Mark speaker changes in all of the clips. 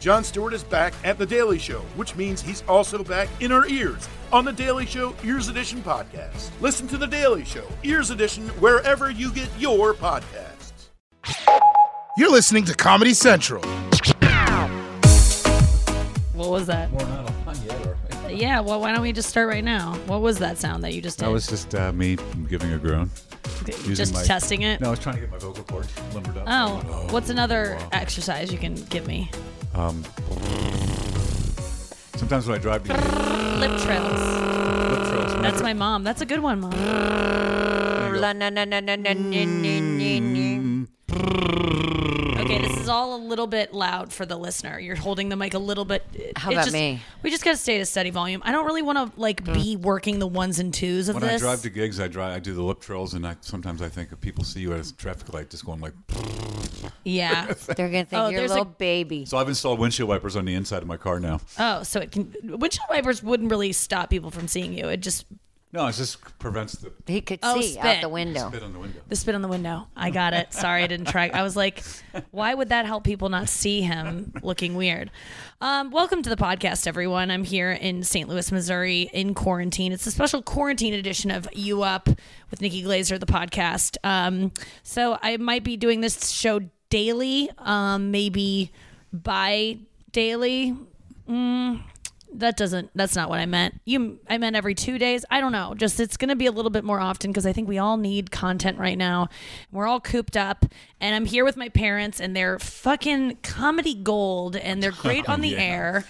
Speaker 1: Jon Stewart is back at The Daily Show, which means he's also back in our ears on The Daily Show Ears Edition podcast. Listen to The Daily Show Ears Edition wherever you get your podcasts.
Speaker 2: You're listening to Comedy Central.
Speaker 3: What was that?
Speaker 4: We're not on yet, are we?
Speaker 3: Yeah, well, why don't we just start right now? What was that sound that you just did?
Speaker 4: That was just uh, me giving a groan. using
Speaker 3: just
Speaker 4: my-
Speaker 3: testing it.
Speaker 4: No, I was trying to get my vocal cords limbered up.
Speaker 3: Oh, what's another exercise you can give me?
Speaker 4: Sometimes when I drive to lip
Speaker 3: Lip trills.
Speaker 4: trails,
Speaker 3: That's my mom. That's a good one, mom. Okay, this is all a little bit loud for the listener. You're holding the mic a little bit. it-
Speaker 5: How
Speaker 3: it
Speaker 5: about
Speaker 3: just-
Speaker 5: me? Hmm.
Speaker 3: We just gotta stay at a steady volume. I don't really want to like be working the ones and twos of
Speaker 4: when
Speaker 3: this.
Speaker 4: I drive to gigs, I drive. I do the lip trails, and I sometimes I think if people see you at a traffic light, just going like.
Speaker 3: yeah.
Speaker 5: They're gonna think
Speaker 3: Oh,
Speaker 5: you're a
Speaker 3: there's a-
Speaker 5: little baby.
Speaker 4: So I've installed windshield wipers on the inside of my car now.
Speaker 3: Oh, so it can. Windshield wipers wouldn't really stop people from seeing you. It just
Speaker 4: No, it just prevents the
Speaker 5: He could
Speaker 3: Oh,
Speaker 5: see
Speaker 3: spit.
Speaker 5: out the window.
Speaker 4: spit on the window.
Speaker 3: The spit on the window. I got it. Sorry, I didn't try. I was like, why would that help people not see him looking weird? Um, welcome to the podcast, everyone. I'm here in St. Louis, Missouri, in quarantine. It's a special quarantine edition of You Up with Nikki Glazer, the podcast. Um, so I might be doing this show daily, um, maybe bi daily. Mm, that doesn't that's not what i meant you i meant every two days i don't know just it's going to be a little bit more often because i think we all need content right now we're all cooped up and i'm here with my parents and they're fucking comedy gold and they're great on the
Speaker 4: yeah.
Speaker 3: air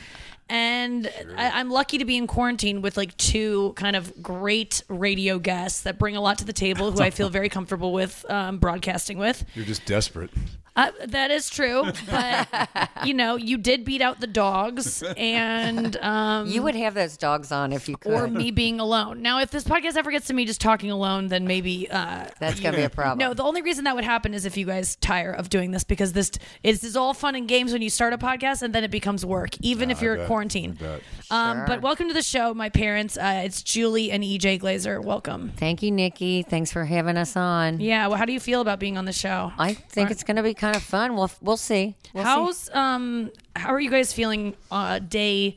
Speaker 3: and I, I'm lucky to be in quarantine with like two kind of great radio guests that bring a lot to the table, who I feel very comfortable with um, broadcasting with.
Speaker 4: You're just desperate.
Speaker 3: Uh, that is true, but you know, you did beat out the dogs, and um,
Speaker 5: You would have those dogs on if you could.
Speaker 3: or me being alone. Now, if this podcast ever gets to me just talking alone, then maybe. Uh,
Speaker 5: That's gonna be a problem.
Speaker 3: no, the only reason that would happen is if you guys tire of doing this because this is, this is all fun and games when you start a podcast and then it becomes work, even if you're in
Speaker 4: bet.
Speaker 3: quarantine.
Speaker 4: I bet.
Speaker 3: Um, but welcome to the show, my parents. Uh, it's Julie and EJ Glazer. Welcome.
Speaker 5: Thank you, Nikki. Thanks for having us on.
Speaker 3: Yeah. Well, how do you feel about being on the show?
Speaker 5: I think it's gonna be kind of fun. We'll we'll see. We'll see.
Speaker 3: How's um how are you guys feeling uh day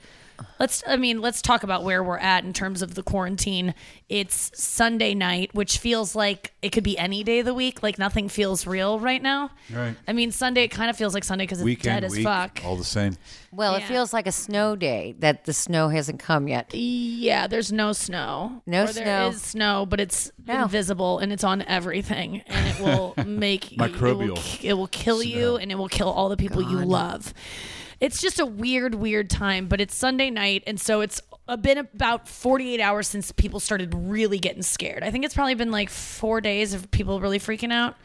Speaker 3: Let's I mean, let's talk about where we're at in terms of the quarantine. It's Sunday night, which feels like it could be any day of the week, like nothing feels real right now.
Speaker 4: Right.
Speaker 3: I mean, Sunday it kind of feels like Sunday cuz it's
Speaker 4: Weekend,
Speaker 3: dead as
Speaker 4: week,
Speaker 3: fuck.
Speaker 4: all the same.
Speaker 5: Well,
Speaker 3: Yeah.
Speaker 5: it feels like a snow day that the snow hasn't come yet.
Speaker 3: Yeah, there's no snow.
Speaker 5: No
Speaker 3: or There
Speaker 5: snow.
Speaker 3: is snow, but it's
Speaker 5: No.
Speaker 3: invisible and it's on everything, and it will make you- It will,
Speaker 4: Microbial
Speaker 3: ki- it will kill you, and it will kill all the people you love. It's just a weird, weird time. But it's Sunday night, and so it's uh, been about 48 hours since people started really getting scared. I think it's probably been like four days of people really freaking out.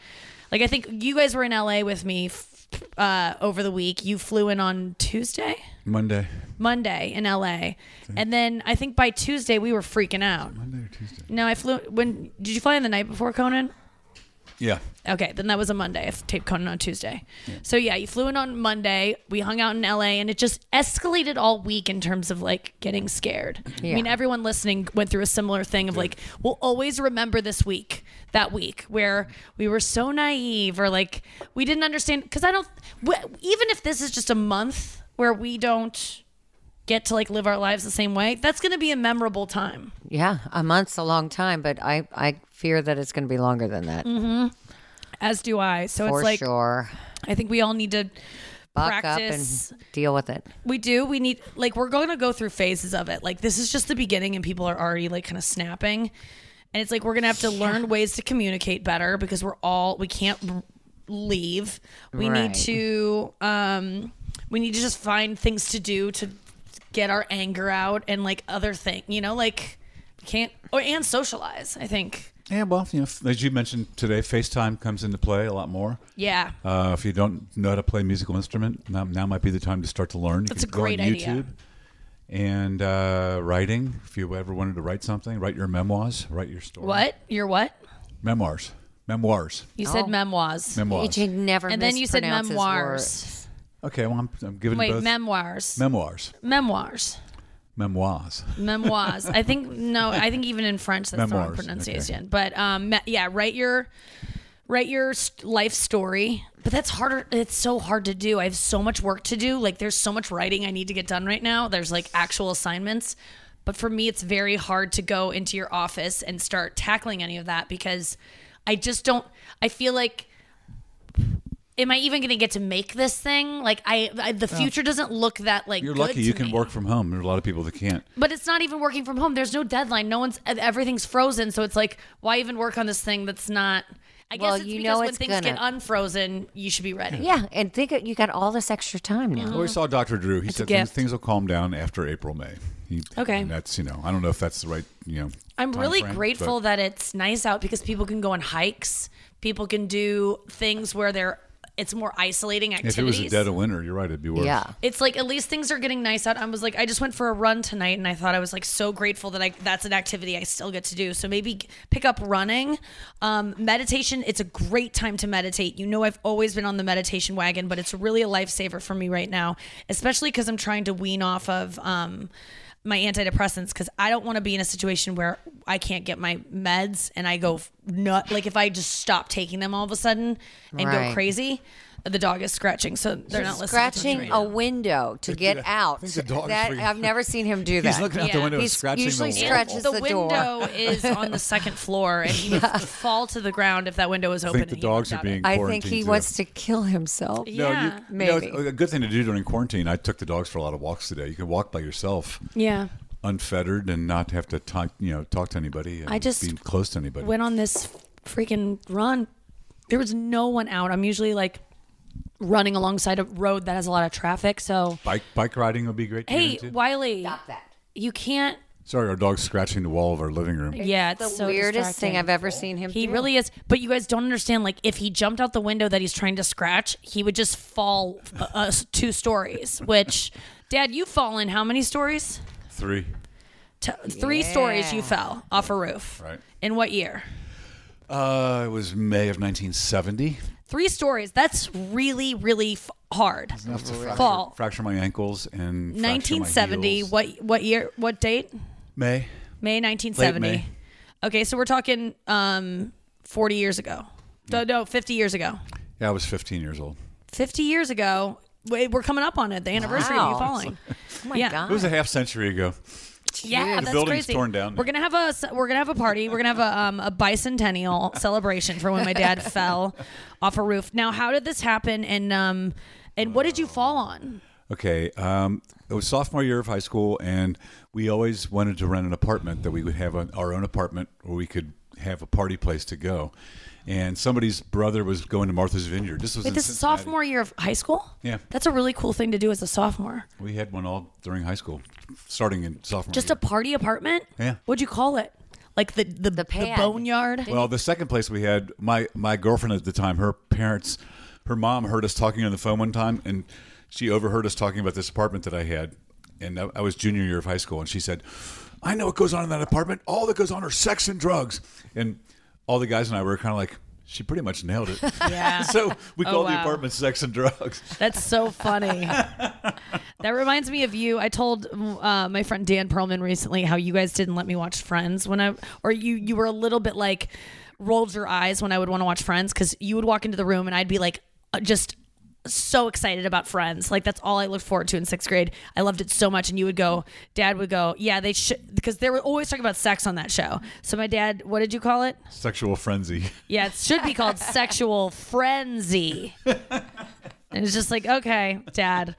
Speaker 3: Like I think you guys were in LA with me. f- Uh, over the week, you flew in on Tuesday.
Speaker 4: Monday.
Speaker 3: Monday in LA. And then I think by Tuesday we were freaking out.
Speaker 4: Monday or Tuesday.
Speaker 3: No, I flew when did you fly in the night before Conan?
Speaker 4: Yeah.
Speaker 3: Okay, then that was a Monday. I taped Conan on Tuesday. So yeah, you flew in on Monday. We hung out in LA and it just escalated all week in terms of like getting scared. I mean,
Speaker 5: Yeah.
Speaker 3: everyone listening went through a similar thing of like, we'll always remember this week, that week where we were so naive or like we didn't understand. Cause I don't, w- even if this is just a month where we don't get to like live our lives the same way, that's going to be a memorable time.
Speaker 5: Yeah, a month's a long time, but I I fear that it's gonna be longer than that
Speaker 3: As do I. So
Speaker 5: for
Speaker 3: Mm-hmm. it's like,
Speaker 5: sure.
Speaker 3: I think we all need to.
Speaker 5: Buck
Speaker 3: practice
Speaker 5: up and deal with it.
Speaker 3: We do. We need like we're going to go through phases of it. Like this is just the beginning, and people are already like kind of snapping, and it's like we're gonna have to learn ways to communicate better because we're all we can't r- leave. We
Speaker 5: Right.
Speaker 3: need to um, we need to just find things to do to get our anger out and like other thing. You know, like we can't or and socialize. I think.
Speaker 4: Yeah, well, you know, f- as you mentioned today, FaceTime comes into play a lot more.
Speaker 3: Yeah.
Speaker 4: Uh, if you don't know how to play a musical instrument, now, now might be the time to start to learn. You
Speaker 3: That's
Speaker 4: can
Speaker 3: a
Speaker 4: go
Speaker 3: great
Speaker 4: on
Speaker 3: idea.
Speaker 4: YouTube and uh, writing. If you ever wanted to write something, write your memoirs, write your story.
Speaker 3: what? Your what?
Speaker 4: Memoirs. Memoirs.
Speaker 3: You said
Speaker 5: Oh.
Speaker 3: memoirs.
Speaker 4: Memoirs.
Speaker 5: He never
Speaker 3: and then you said
Speaker 5: mispronounces words.
Speaker 3: memoirs.
Speaker 4: Okay, well, I'm, I'm giving
Speaker 3: Wait,
Speaker 4: both
Speaker 3: memoirs.
Speaker 4: memoirs.
Speaker 3: memoirs.
Speaker 4: Memoirs.
Speaker 3: memoirs. I think no, I think even in French that's the wrong
Speaker 4: Memoirs,
Speaker 3: pronunciation. But um, me- yeah, write your write your st- life story. But that's harder. It's so hard to do. I have so much work to do. Like, there's so much writing I need to get done right now. There's like actual assignments. But for me, it's very hard to go into your office and start tackling any of that because I just don't. I feel like am I even going to get to make this thing? Like I, I the future doesn't look that like
Speaker 4: You're
Speaker 3: good
Speaker 4: lucky
Speaker 3: to
Speaker 4: you can
Speaker 3: me.
Speaker 4: work from home. There are a lot of people that can't.
Speaker 3: But it's not even working from home. There's no deadline. No one's everything's frozen, so it's like why even work on this thing that's not I
Speaker 5: Well,
Speaker 3: guess it's
Speaker 5: you
Speaker 3: because
Speaker 5: know
Speaker 3: when
Speaker 5: it's
Speaker 3: things
Speaker 5: gonna-
Speaker 3: get unfrozen, you should be ready.
Speaker 5: Yeah, and think of- you got all this extra time now.
Speaker 4: I always saw Dr. Drew. He
Speaker 3: It's a
Speaker 4: said things,
Speaker 3: gift.
Speaker 4: things will calm down after April, May. He,
Speaker 3: Okay.
Speaker 4: And that's, you know, I don't know if that's the right, you know.
Speaker 3: I'm
Speaker 4: time
Speaker 3: really
Speaker 4: frame,
Speaker 3: grateful
Speaker 4: but
Speaker 3: that it's nice out because people can go on hikes. People can do things where they're it's more isolating activities.
Speaker 4: If it was a dead of winter, you're right. It'd be worse.
Speaker 5: Yeah.
Speaker 3: it's like at least things are getting nice out. I was like, I just went for a run tonight, and I thought I was like so grateful that I that's an activity I still get to do. So maybe g- pick up running, um, meditation. It's a great time to meditate. You know, I've always been on the meditation wagon, but it's really a lifesaver for me right now, especially because I'm trying to wean off of. Um, my antidepressants because I don't want to be in a situation where I can't get my meds and I go f- nut. Like if I just stop taking them all of a sudden and go
Speaker 5: Right.
Speaker 3: crazy, the dog is scratching, so they're not listening. to us right
Speaker 5: Scratching
Speaker 3: now.
Speaker 5: a window to get
Speaker 4: that.
Speaker 5: out.
Speaker 4: I think the dog is
Speaker 5: That-
Speaker 4: freaking-
Speaker 5: I've never seen him do that.
Speaker 4: He's looking out the
Speaker 3: Yeah.
Speaker 4: window, and
Speaker 5: He's
Speaker 4: scratching
Speaker 5: usually
Speaker 4: the wall.
Speaker 5: scratching-
Speaker 3: the,
Speaker 5: scratches the door.
Speaker 3: window is on the second floor, and he would fall to the ground if that window was
Speaker 4: I
Speaker 3: open.
Speaker 4: think the
Speaker 3: and he
Speaker 4: dogs are
Speaker 3: looked out it.
Speaker 4: being.
Speaker 5: I think he
Speaker 4: quarantined, too.
Speaker 5: wants to kill himself.
Speaker 4: No,
Speaker 3: Yeah.
Speaker 4: you, you know,
Speaker 5: Maybe.
Speaker 4: a good thing to do during quarantine. I took the dogs for a lot of walks today. You can walk by yourself,
Speaker 3: Yeah,
Speaker 4: unfettered, and not have to talk. You know, talk to anybody. And
Speaker 3: I just
Speaker 4: be close to anybody.
Speaker 3: went on this freaking run. There was no one out. I'm usually like running alongside a road that has a lot of traffic. So
Speaker 4: bike bike riding would be great. to get
Speaker 3: hey,
Speaker 4: into.
Speaker 3: Wiley,
Speaker 5: Stop that.
Speaker 3: you can't.
Speaker 4: sorry, our dog's scratching the wall of our living room.
Speaker 3: Yeah, it's
Speaker 5: The
Speaker 3: so
Speaker 5: weirdest thing
Speaker 3: distracting.
Speaker 5: I've
Speaker 4: Oh.
Speaker 5: ever seen him
Speaker 3: He
Speaker 5: do.
Speaker 3: really is. But you guys don't understand. Like, if he jumped out the window that he's trying to scratch, he would just fall uh, uh, two stories. Which, Dad, you've fallen how many stories?
Speaker 4: Three.
Speaker 3: T- Three
Speaker 5: Yeah.
Speaker 3: stories you fell off a roof.
Speaker 4: Right.
Speaker 3: In what year?
Speaker 4: Uh, it was May of 1970.
Speaker 3: Three stories. That's really, really f- hard. Fall.
Speaker 4: Fracture my ankles and fracture my
Speaker 3: 1970.
Speaker 4: heels.
Speaker 3: Oh. What what year? What date?
Speaker 4: May?
Speaker 3: May 1970.
Speaker 4: May.
Speaker 3: Okay, so we're talking um 40 years ago. No, no, 50 years ago.
Speaker 4: Yeah, I was 15 years old.
Speaker 3: 50 years ago. Wait, We're coming up on it. The anniversary of you
Speaker 5: Wow.
Speaker 3: falling.
Speaker 5: Oh my
Speaker 3: Yeah.
Speaker 4: It was
Speaker 5: god.
Speaker 4: a half century ago.
Speaker 3: Yeah,
Speaker 5: The
Speaker 3: that's
Speaker 4: building's
Speaker 3: crazy.
Speaker 4: torn down.
Speaker 3: We're gonna have a we're gonna have a party. We're gonna have a um, a bicentennial celebration for when my dad fell off a roof. Now, how did this happen? And um, and what did you fall on?
Speaker 4: Okay. Um, it was sophomore year of high school, and we always wanted to rent an apartment that we would have on our own apartment where we could have a party place to go. And somebody's brother was going to Martha's Vineyard. This was
Speaker 3: Wait,
Speaker 4: in
Speaker 3: this is
Speaker 4: Cincinnati.
Speaker 3: sophomore year of high school.
Speaker 4: Yeah.
Speaker 3: that's a really cool thing to do as a sophomore.
Speaker 4: We had one all during high school, starting in sophomore.
Speaker 3: Just
Speaker 4: year.
Speaker 3: a party apartment.
Speaker 4: Yeah.
Speaker 3: What'd you call it? Like the the, the,
Speaker 5: pad.
Speaker 3: boneyard.
Speaker 4: Well, the second place we had my my girlfriend at the time, her parents, her mom heard us talking on the phone one time, and she overheard us talking about this apartment that I had, and I, I was junior year of high school, and she said, "I know what goes on in that apartment. All that goes on are sex and drugs." And all the guys and I were kind of like, "She pretty much nailed it."
Speaker 3: Yeah.
Speaker 4: so we
Speaker 3: Oh,
Speaker 4: called the
Speaker 3: wow.
Speaker 4: apartment "Sex and Drugs."
Speaker 3: That's so funny. that reminds me of you. I told uh, my friend Dan Perlman recently how you guys didn't let me watch Friends when I, or you, you were a little bit like rolled your eyes when I would want to watch Friends because you would walk into the room and I'd be like, uh, just so excited about Friends. Like that's all I looked forward to in sixth grade. I loved it so much. And you would go, Dad would go, yeah, they should because they were always talking about sex on that show. So my dad, what did you call it?
Speaker 4: Sexual frenzy.
Speaker 3: Yeah, it should be called sexual frenzy. And it's just like, okay, Dad.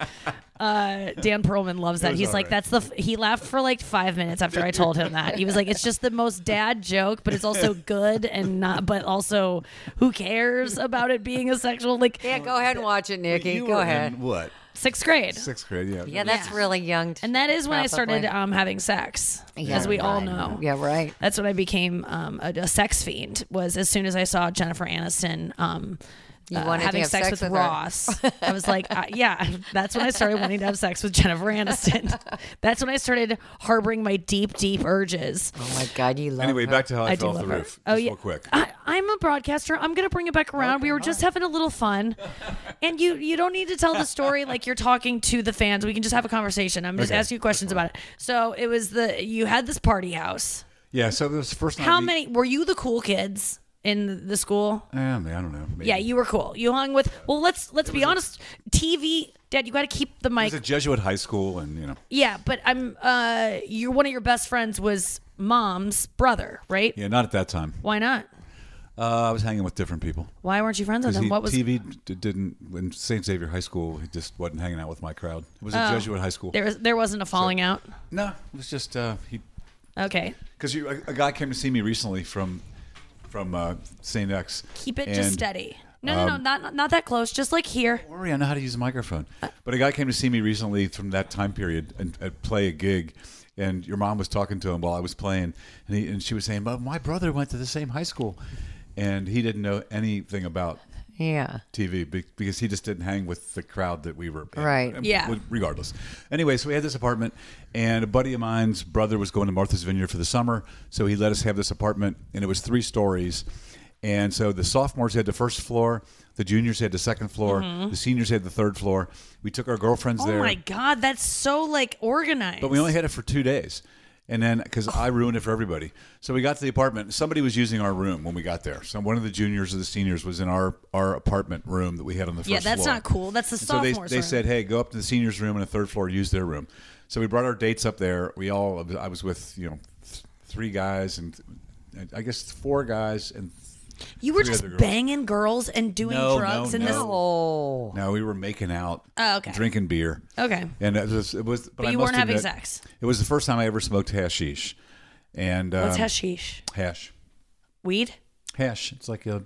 Speaker 3: Uh, Dan Perlman loves that.
Speaker 4: was
Speaker 3: He's
Speaker 4: all
Speaker 3: like,
Speaker 4: right.
Speaker 3: that's the. F-. He laughed for like five minutes after I told him that. He was like, it's just the most dad joke, but it's also good and not. But also, who cares about it being a sexual? Like
Speaker 5: Yeah, go ahead and watch it, Nikki.
Speaker 4: You
Speaker 5: Go
Speaker 4: were
Speaker 5: ahead.
Speaker 4: in what
Speaker 3: sixth grade.
Speaker 4: sixth grade? Yeah.
Speaker 5: Yeah, that's
Speaker 3: Yeah.
Speaker 5: really young.
Speaker 3: and that is when I started uh,
Speaker 5: Probably.
Speaker 3: um, having sex,
Speaker 5: Yeah,
Speaker 3: as we all
Speaker 5: right.
Speaker 3: know.
Speaker 5: Yeah, right.
Speaker 3: That's when I became um, a, a sex fiend. Was as soon as I saw Jennifer Aniston um, uh,
Speaker 5: wanted to
Speaker 3: having
Speaker 5: have
Speaker 3: sex,
Speaker 5: sex
Speaker 3: with,
Speaker 5: with her.
Speaker 3: Ross, I was like, uh, yeah. That's when I started wanting to have sex with Jennifer Aniston. that's when I started harboring my deep, deep urges.
Speaker 5: Oh my god, you love
Speaker 4: Anyway,
Speaker 5: her.
Speaker 4: back to how I,
Speaker 3: I do
Speaker 4: fell off the
Speaker 3: love her.
Speaker 4: roof.
Speaker 3: Oh,
Speaker 4: just
Speaker 3: yeah.
Speaker 4: real quick.
Speaker 3: I, I'm a broadcaster. I'm gonna bring it back around. we were just having a little fun, and you you don't need to tell the story like you're talking to the fans. We can just have a conversation. I'm just
Speaker 4: Okay.
Speaker 3: asking you questions about it. So it was the you had this party house.
Speaker 4: Yeah. So it was the first. night
Speaker 3: How
Speaker 4: we-
Speaker 3: many were you the cool kids? in the school?
Speaker 4: Eh, I don't know. Maybe.
Speaker 3: Yeah, you were cool. You hung with. Well, let's let's be honest. TV, Dad, you got to keep the mic.
Speaker 4: It's a Jesuit high school, and you know.
Speaker 3: yeah, but I'm. Uh, you're one of your best friends was mom's brother, right?
Speaker 4: Yeah, not at that time.
Speaker 3: Why not?
Speaker 4: Uh, I was hanging with different people.
Speaker 3: Why weren't you friends with
Speaker 4: Because
Speaker 3: him?
Speaker 4: he-
Speaker 3: What was
Speaker 4: TV d- didn't in St. Xavier High School? He just wasn't hanging out with my crowd. It was a Jesuit high school.
Speaker 3: Oh. there? Was, there wasn't a falling out.
Speaker 4: No, it was just uh, he
Speaker 3: Okay,
Speaker 4: because a, a guy came to see me recently from from uh, St. X.
Speaker 3: keep it
Speaker 4: and- um,
Speaker 3: just steady. No, no, no, not not that close. Just like here.
Speaker 4: Don't worry, I know how to use a microphone.
Speaker 3: Uh
Speaker 4: But a guy came to see me recently from that time period and at play a gig, and your mom was talking to him while I was playing, and he, and she was saying, "But my brother went to the same high school, and he didn't know anything about."
Speaker 5: Yeah.
Speaker 4: TV be- because he just didn't hang with the crowd that we were in.
Speaker 5: Right.
Speaker 4: Um,
Speaker 3: Yeah.
Speaker 4: Regardless. Anyway, so we had this apartment, and a buddy of mine's brother was going to Martha's Vineyard for the summer, so he let us have this apartment, and it was three stories. And so the sophomores had the first floor, the juniors had the second floor, the seniors had the third floor. We took our girlfriends
Speaker 3: Mm-hmm. Oh my
Speaker 4: there,
Speaker 3: God, that's so like organized.
Speaker 4: but we only had it for two days. And then, because I ruined it for everybody, so we got to the apartment. Somebody was using our room when we got there. So one of the juniors or the seniors was in our our apartment room that we had on the first
Speaker 3: yeah, that's
Speaker 4: floor.
Speaker 3: not cool. That's the
Speaker 4: And so they,
Speaker 3: sophomores.
Speaker 4: they
Speaker 3: room.
Speaker 4: said, hey, go up to the seniors room on the third floor, use their room. So we brought our dates up there. We all, I was with, you know, th- three guys and and I guess four guys and
Speaker 3: you were
Speaker 4: three
Speaker 3: just
Speaker 4: other girls.
Speaker 3: banging girls and doing
Speaker 4: No,
Speaker 3: drugs
Speaker 4: no,
Speaker 3: in
Speaker 4: no.
Speaker 5: Oh.
Speaker 4: no, we were making out,
Speaker 3: Oh, okay.
Speaker 4: drinking beer.
Speaker 3: Okay.
Speaker 4: And it was, it was but,
Speaker 3: But
Speaker 4: I
Speaker 3: you
Speaker 4: must
Speaker 3: weren't having
Speaker 4: admit,
Speaker 3: sex.
Speaker 4: It was the first time I ever smoked hashish. And
Speaker 3: this. What's
Speaker 4: um,
Speaker 3: hashish?
Speaker 4: Hash.
Speaker 3: Weed?
Speaker 4: Hash. It's like a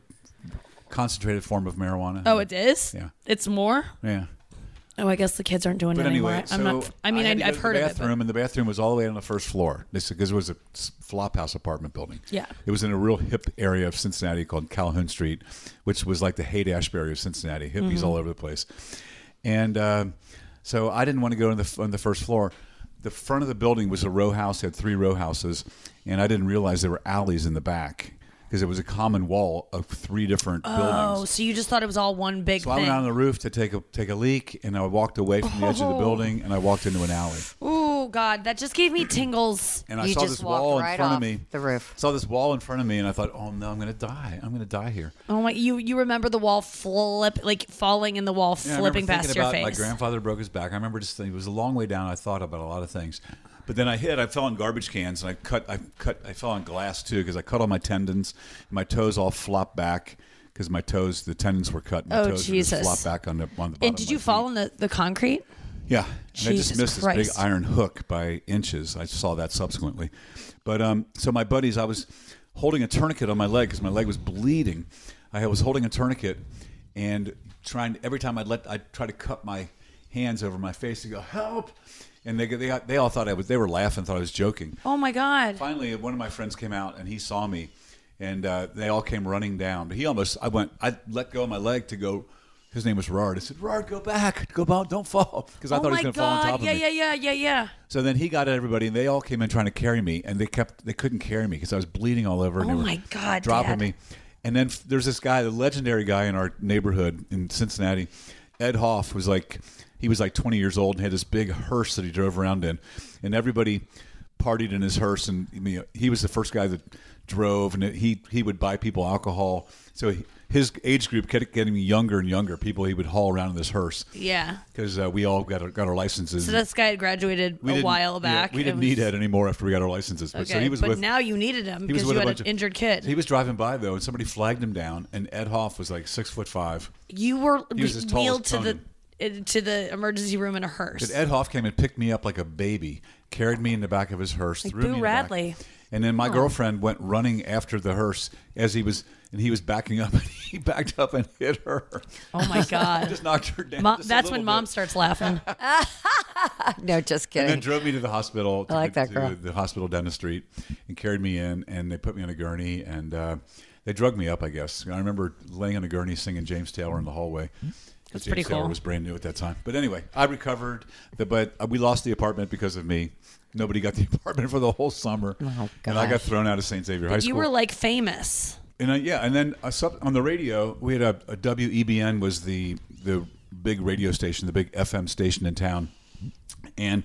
Speaker 4: concentrated form of marijuana.
Speaker 3: Oh, it is.
Speaker 4: Yeah.
Speaker 3: It's more.
Speaker 4: Yeah.
Speaker 3: Oh, I guess the kids aren't doing
Speaker 4: But
Speaker 3: it
Speaker 4: anyway,
Speaker 3: anymore.
Speaker 4: so
Speaker 3: I'm not. I mean, I
Speaker 4: had to go
Speaker 3: I've
Speaker 4: to
Speaker 3: heard
Speaker 4: the
Speaker 3: of it.
Speaker 4: bathroom, and the bathroom was all the way on the first floor. This because it was a s- flophouse apartment building.
Speaker 3: Yeah.
Speaker 4: it was in a real hip area of Cincinnati called Calhoun Street, which was like the Haight Ashbury of Cincinnati. Hippies
Speaker 3: Mm-hmm.
Speaker 4: all over the place, and um so I didn't want to go on the f- on the first floor. The front of the building was a row house, had three row houses, and I didn't realize there were alleys in the back because it was a common wall of three different buildings.
Speaker 3: Oh, so you just thought it was all one big
Speaker 4: So I
Speaker 3: thing?
Speaker 4: went out on the roof to take a take a leak, and I walked away from the edge
Speaker 3: Oh.
Speaker 4: of the building, and I walked into an alley.
Speaker 3: Ooh, God, that just gave me tingles.
Speaker 4: And I
Speaker 5: You
Speaker 4: saw
Speaker 5: just
Speaker 4: this
Speaker 5: walked
Speaker 4: wall in
Speaker 5: right
Speaker 4: front
Speaker 5: off
Speaker 4: of me.
Speaker 5: the roof.
Speaker 4: Saw this wall in front of me, and I thought, "Oh no, I'm going to die. I'm going to die here."
Speaker 3: Oh my! You you remember the wall flip like falling in the wall,
Speaker 4: Yeah, I remember
Speaker 3: flipping past
Speaker 4: thinking
Speaker 3: your
Speaker 4: about My
Speaker 3: face.
Speaker 4: grandfather broke his back. I remember just thinking, it was a long way down. I thought about a lot of things, but then I hit. I fell on garbage cans, and I cut. I cut. I fell on glass too because I cut all my tendons. My toes all flopped back because my toes, the tendons were cut. My
Speaker 3: Oh,
Speaker 4: toes were just
Speaker 3: Jesus.
Speaker 4: flopped back on the on the bottom.
Speaker 3: and
Speaker 4: of
Speaker 3: did
Speaker 4: my
Speaker 3: you
Speaker 4: feet.
Speaker 3: fall on the, the concrete?
Speaker 4: Yeah, and I
Speaker 3: Jesus
Speaker 4: just missed this
Speaker 3: Christ.
Speaker 4: big iron hook by inches. I saw that subsequently, but um, so my buddies, I was holding a tourniquet on my leg because my leg was bleeding. I was holding a tourniquet and trying every time I'd let I would try to cut my hands over my face to go help, and they they they all thought I was they were laughing, thought I was joking.
Speaker 3: Oh my God!
Speaker 4: Finally, one of my friends came out and he saw me, and uh, they all came running down. But he almost, I went, I let go of my leg to go. His name was Rard. I said, Rard, go back, go back, don't fall, because I
Speaker 3: oh
Speaker 4: thought
Speaker 3: my
Speaker 4: he was going
Speaker 3: God!
Speaker 4: to fall on top of
Speaker 3: yeah,
Speaker 4: me.
Speaker 3: yeah, yeah, yeah, yeah.
Speaker 4: So then he got at everybody, and they all came in trying to carry me, and they kept, they couldn't carry me because I was bleeding all over. and
Speaker 3: Oh
Speaker 4: they were
Speaker 3: my God,
Speaker 4: dropping
Speaker 3: Dad.
Speaker 4: me. And then f- there's this guy, the legendary guy in our neighborhood in Cincinnati, Ed Hoff was like, he was like 20 years old and had this big hearse that he drove around in, and everybody partied in his hearse, and I mean, he was the first guy that drove, and he he would buy people alcohol. So he, his age group kept getting younger and younger. People he would haul around in this hearse
Speaker 3: Yeah.
Speaker 4: because uh, we all got our, got our licenses.
Speaker 3: So this guy had graduated
Speaker 4: We
Speaker 3: a
Speaker 4: didn't-
Speaker 3: while
Speaker 4: yeah,
Speaker 3: back.
Speaker 4: we
Speaker 3: It
Speaker 4: didn't
Speaker 3: was-
Speaker 4: need Ed anymore after we got our licenses. But
Speaker 3: Okay,
Speaker 4: so he was
Speaker 3: but
Speaker 4: with,
Speaker 3: now you needed him
Speaker 4: he was
Speaker 3: because
Speaker 4: with
Speaker 3: you
Speaker 4: a
Speaker 3: had
Speaker 4: bunch
Speaker 3: an
Speaker 4: of-
Speaker 3: injured kid.
Speaker 4: He was driving by though, and somebody flagged him down. And Ed Hoff was like six foot five.
Speaker 3: you were
Speaker 4: He was as tall as
Speaker 3: wheeled to the
Speaker 4: Conan.
Speaker 3: uh, to the emergency room in a hearse.
Speaker 4: But Ed Hoff came and picked me up like a baby, carried me in the back of his hearse,
Speaker 3: Boo
Speaker 4: threw me in the
Speaker 3: Radley.
Speaker 4: Back. And then my girlfriend went running after the hearse as he was, and he was backing up, and he backed up and hit her.
Speaker 3: oh my God!
Speaker 4: Just knocked her down.
Speaker 3: Mom,
Speaker 4: just a
Speaker 3: that's when
Speaker 4: little
Speaker 3: mom
Speaker 4: bit.
Speaker 3: starts laughing.
Speaker 5: No, just
Speaker 4: And then
Speaker 5: kidding.
Speaker 4: drove me to the hospital.
Speaker 5: I like
Speaker 4: to-
Speaker 5: that
Speaker 4: to
Speaker 5: girl.
Speaker 4: The hospital down the street, and carried me in, and they put me on a gurney, and uh, they drug me up. I guess I remember laying on a gurney singing James Taylor in the hallway.
Speaker 5: Mm-hmm.
Speaker 4: 'cause
Speaker 3: pretty
Speaker 4: James Taylor
Speaker 3: cool.
Speaker 4: was brand new at that time. But anyway, I recovered. The, but uh, we lost the apartment because of me. Nobody got the apartment for the whole summer, and I got
Speaker 5: Oh, gosh.
Speaker 4: thrown out of St. Xavier High School.
Speaker 3: You were like famous.
Speaker 4: And uh, yeah, and then uh, sub- on the radio, we had a, a WEBN was the the big radio station, the big FM station in town, and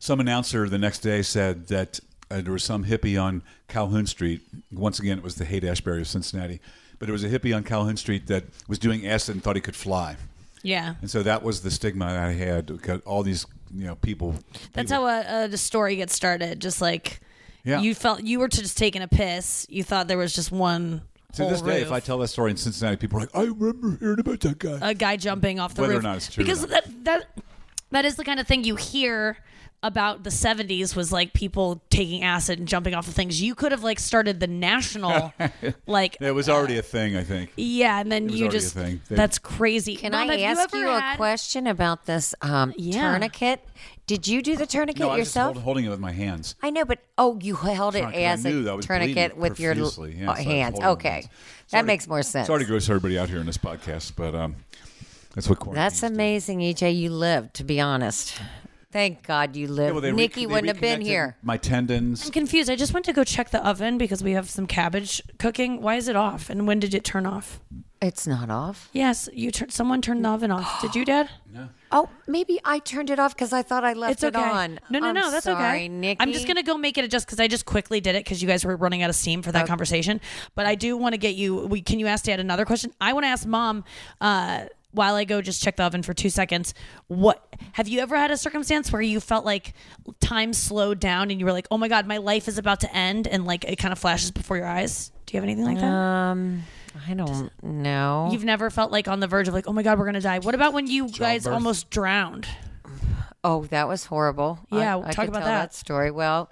Speaker 4: some announcer the next day said that uh, uh, there was some hippie on Calhoun Street. Once again, it was the Haight Ashbury of Cincinnati, but it was a hippie on Calhoun Street that was doing acid and thought he could fly.
Speaker 3: Yeah.
Speaker 4: And so that was the stigma I had. Because all these, you know, people.
Speaker 3: That's how a, a story gets started. Just like
Speaker 4: Yeah.
Speaker 3: you felt you were just taking a piss. You thought there was just one.
Speaker 4: To
Speaker 3: whole
Speaker 4: this day,
Speaker 3: roof.
Speaker 4: if I tell that story in Cincinnati, people are like, "I remember hearing about that guy."
Speaker 3: a guy jumping off the
Speaker 4: Whether or
Speaker 3: roof.
Speaker 4: not it's true or
Speaker 3: because
Speaker 4: not.
Speaker 3: that that that is the kind of thing you hear about the 70s was like people taking acid and jumping off of things. You could have like started the national like
Speaker 4: it was already a thing, I think.
Speaker 3: yeah, and then
Speaker 4: was
Speaker 3: you
Speaker 4: already a
Speaker 3: just
Speaker 4: thing. They-
Speaker 3: that's crazy.
Speaker 5: Can
Speaker 3: Mom,
Speaker 5: I
Speaker 3: have
Speaker 5: ask
Speaker 3: you,
Speaker 5: you,
Speaker 3: ever
Speaker 5: a
Speaker 3: had-
Speaker 5: question about this um,
Speaker 3: Yeah.
Speaker 5: tourniquet? Did you do the tourniquet
Speaker 4: No, I was just
Speaker 5: yourself?
Speaker 4: hold, holding it with my hands.
Speaker 5: I know, but oh, you held it
Speaker 4: Sorry, 'cause I
Speaker 5: as
Speaker 4: knew
Speaker 5: a
Speaker 4: that I was
Speaker 5: tourniquet
Speaker 4: bleeding
Speaker 5: with your l-
Speaker 4: profusely. Yeah, so
Speaker 5: uh,
Speaker 4: I was
Speaker 5: hands.
Speaker 4: holding my
Speaker 5: Okay,
Speaker 4: hands.
Speaker 5: that makes more sense.
Speaker 4: Sorry to gross everybody out here in this podcast, but um, that's what quarantine.
Speaker 5: That's amazing, EJ. You lived, to be honest. Thank God you lived. Nikki wouldn't have been here.
Speaker 4: My tendons.
Speaker 3: I'm confused. I just went to go check the oven because we have some cabbage cooking. Why is it off? And when did it turn off?
Speaker 5: It's not off.
Speaker 3: Yes, you turned someone turned the oven off. Did you, Dad?
Speaker 5: Oh, maybe I turned it off because I thought I left
Speaker 3: It's okay.
Speaker 5: it on.
Speaker 3: No, no,
Speaker 5: I'm
Speaker 3: no. That's
Speaker 5: sorry,
Speaker 3: okay.
Speaker 5: Nikki.
Speaker 3: I'm just gonna go make it adjust because I just quickly did it because you guys were running out of steam for that conversation. But I do want to get you. We can you ask Dad another question? I want to ask Mom. Uh, while I go, just check the oven for two seconds. What have you ever had a circumstance where you felt like time slowed down and you were like, "Oh my God, my life is about to end," and like it kind of flashes before your eyes? Do you have anything like that?
Speaker 5: Um, I don't know.
Speaker 3: You've never felt like on the verge of like, "Oh my God, we're gonna die." What about when you guys almost drowned?
Speaker 5: Oh, that was horrible.
Speaker 3: Yeah,
Speaker 5: I, I
Speaker 3: talk
Speaker 5: could
Speaker 3: about
Speaker 5: tell
Speaker 3: that.
Speaker 5: story. Well,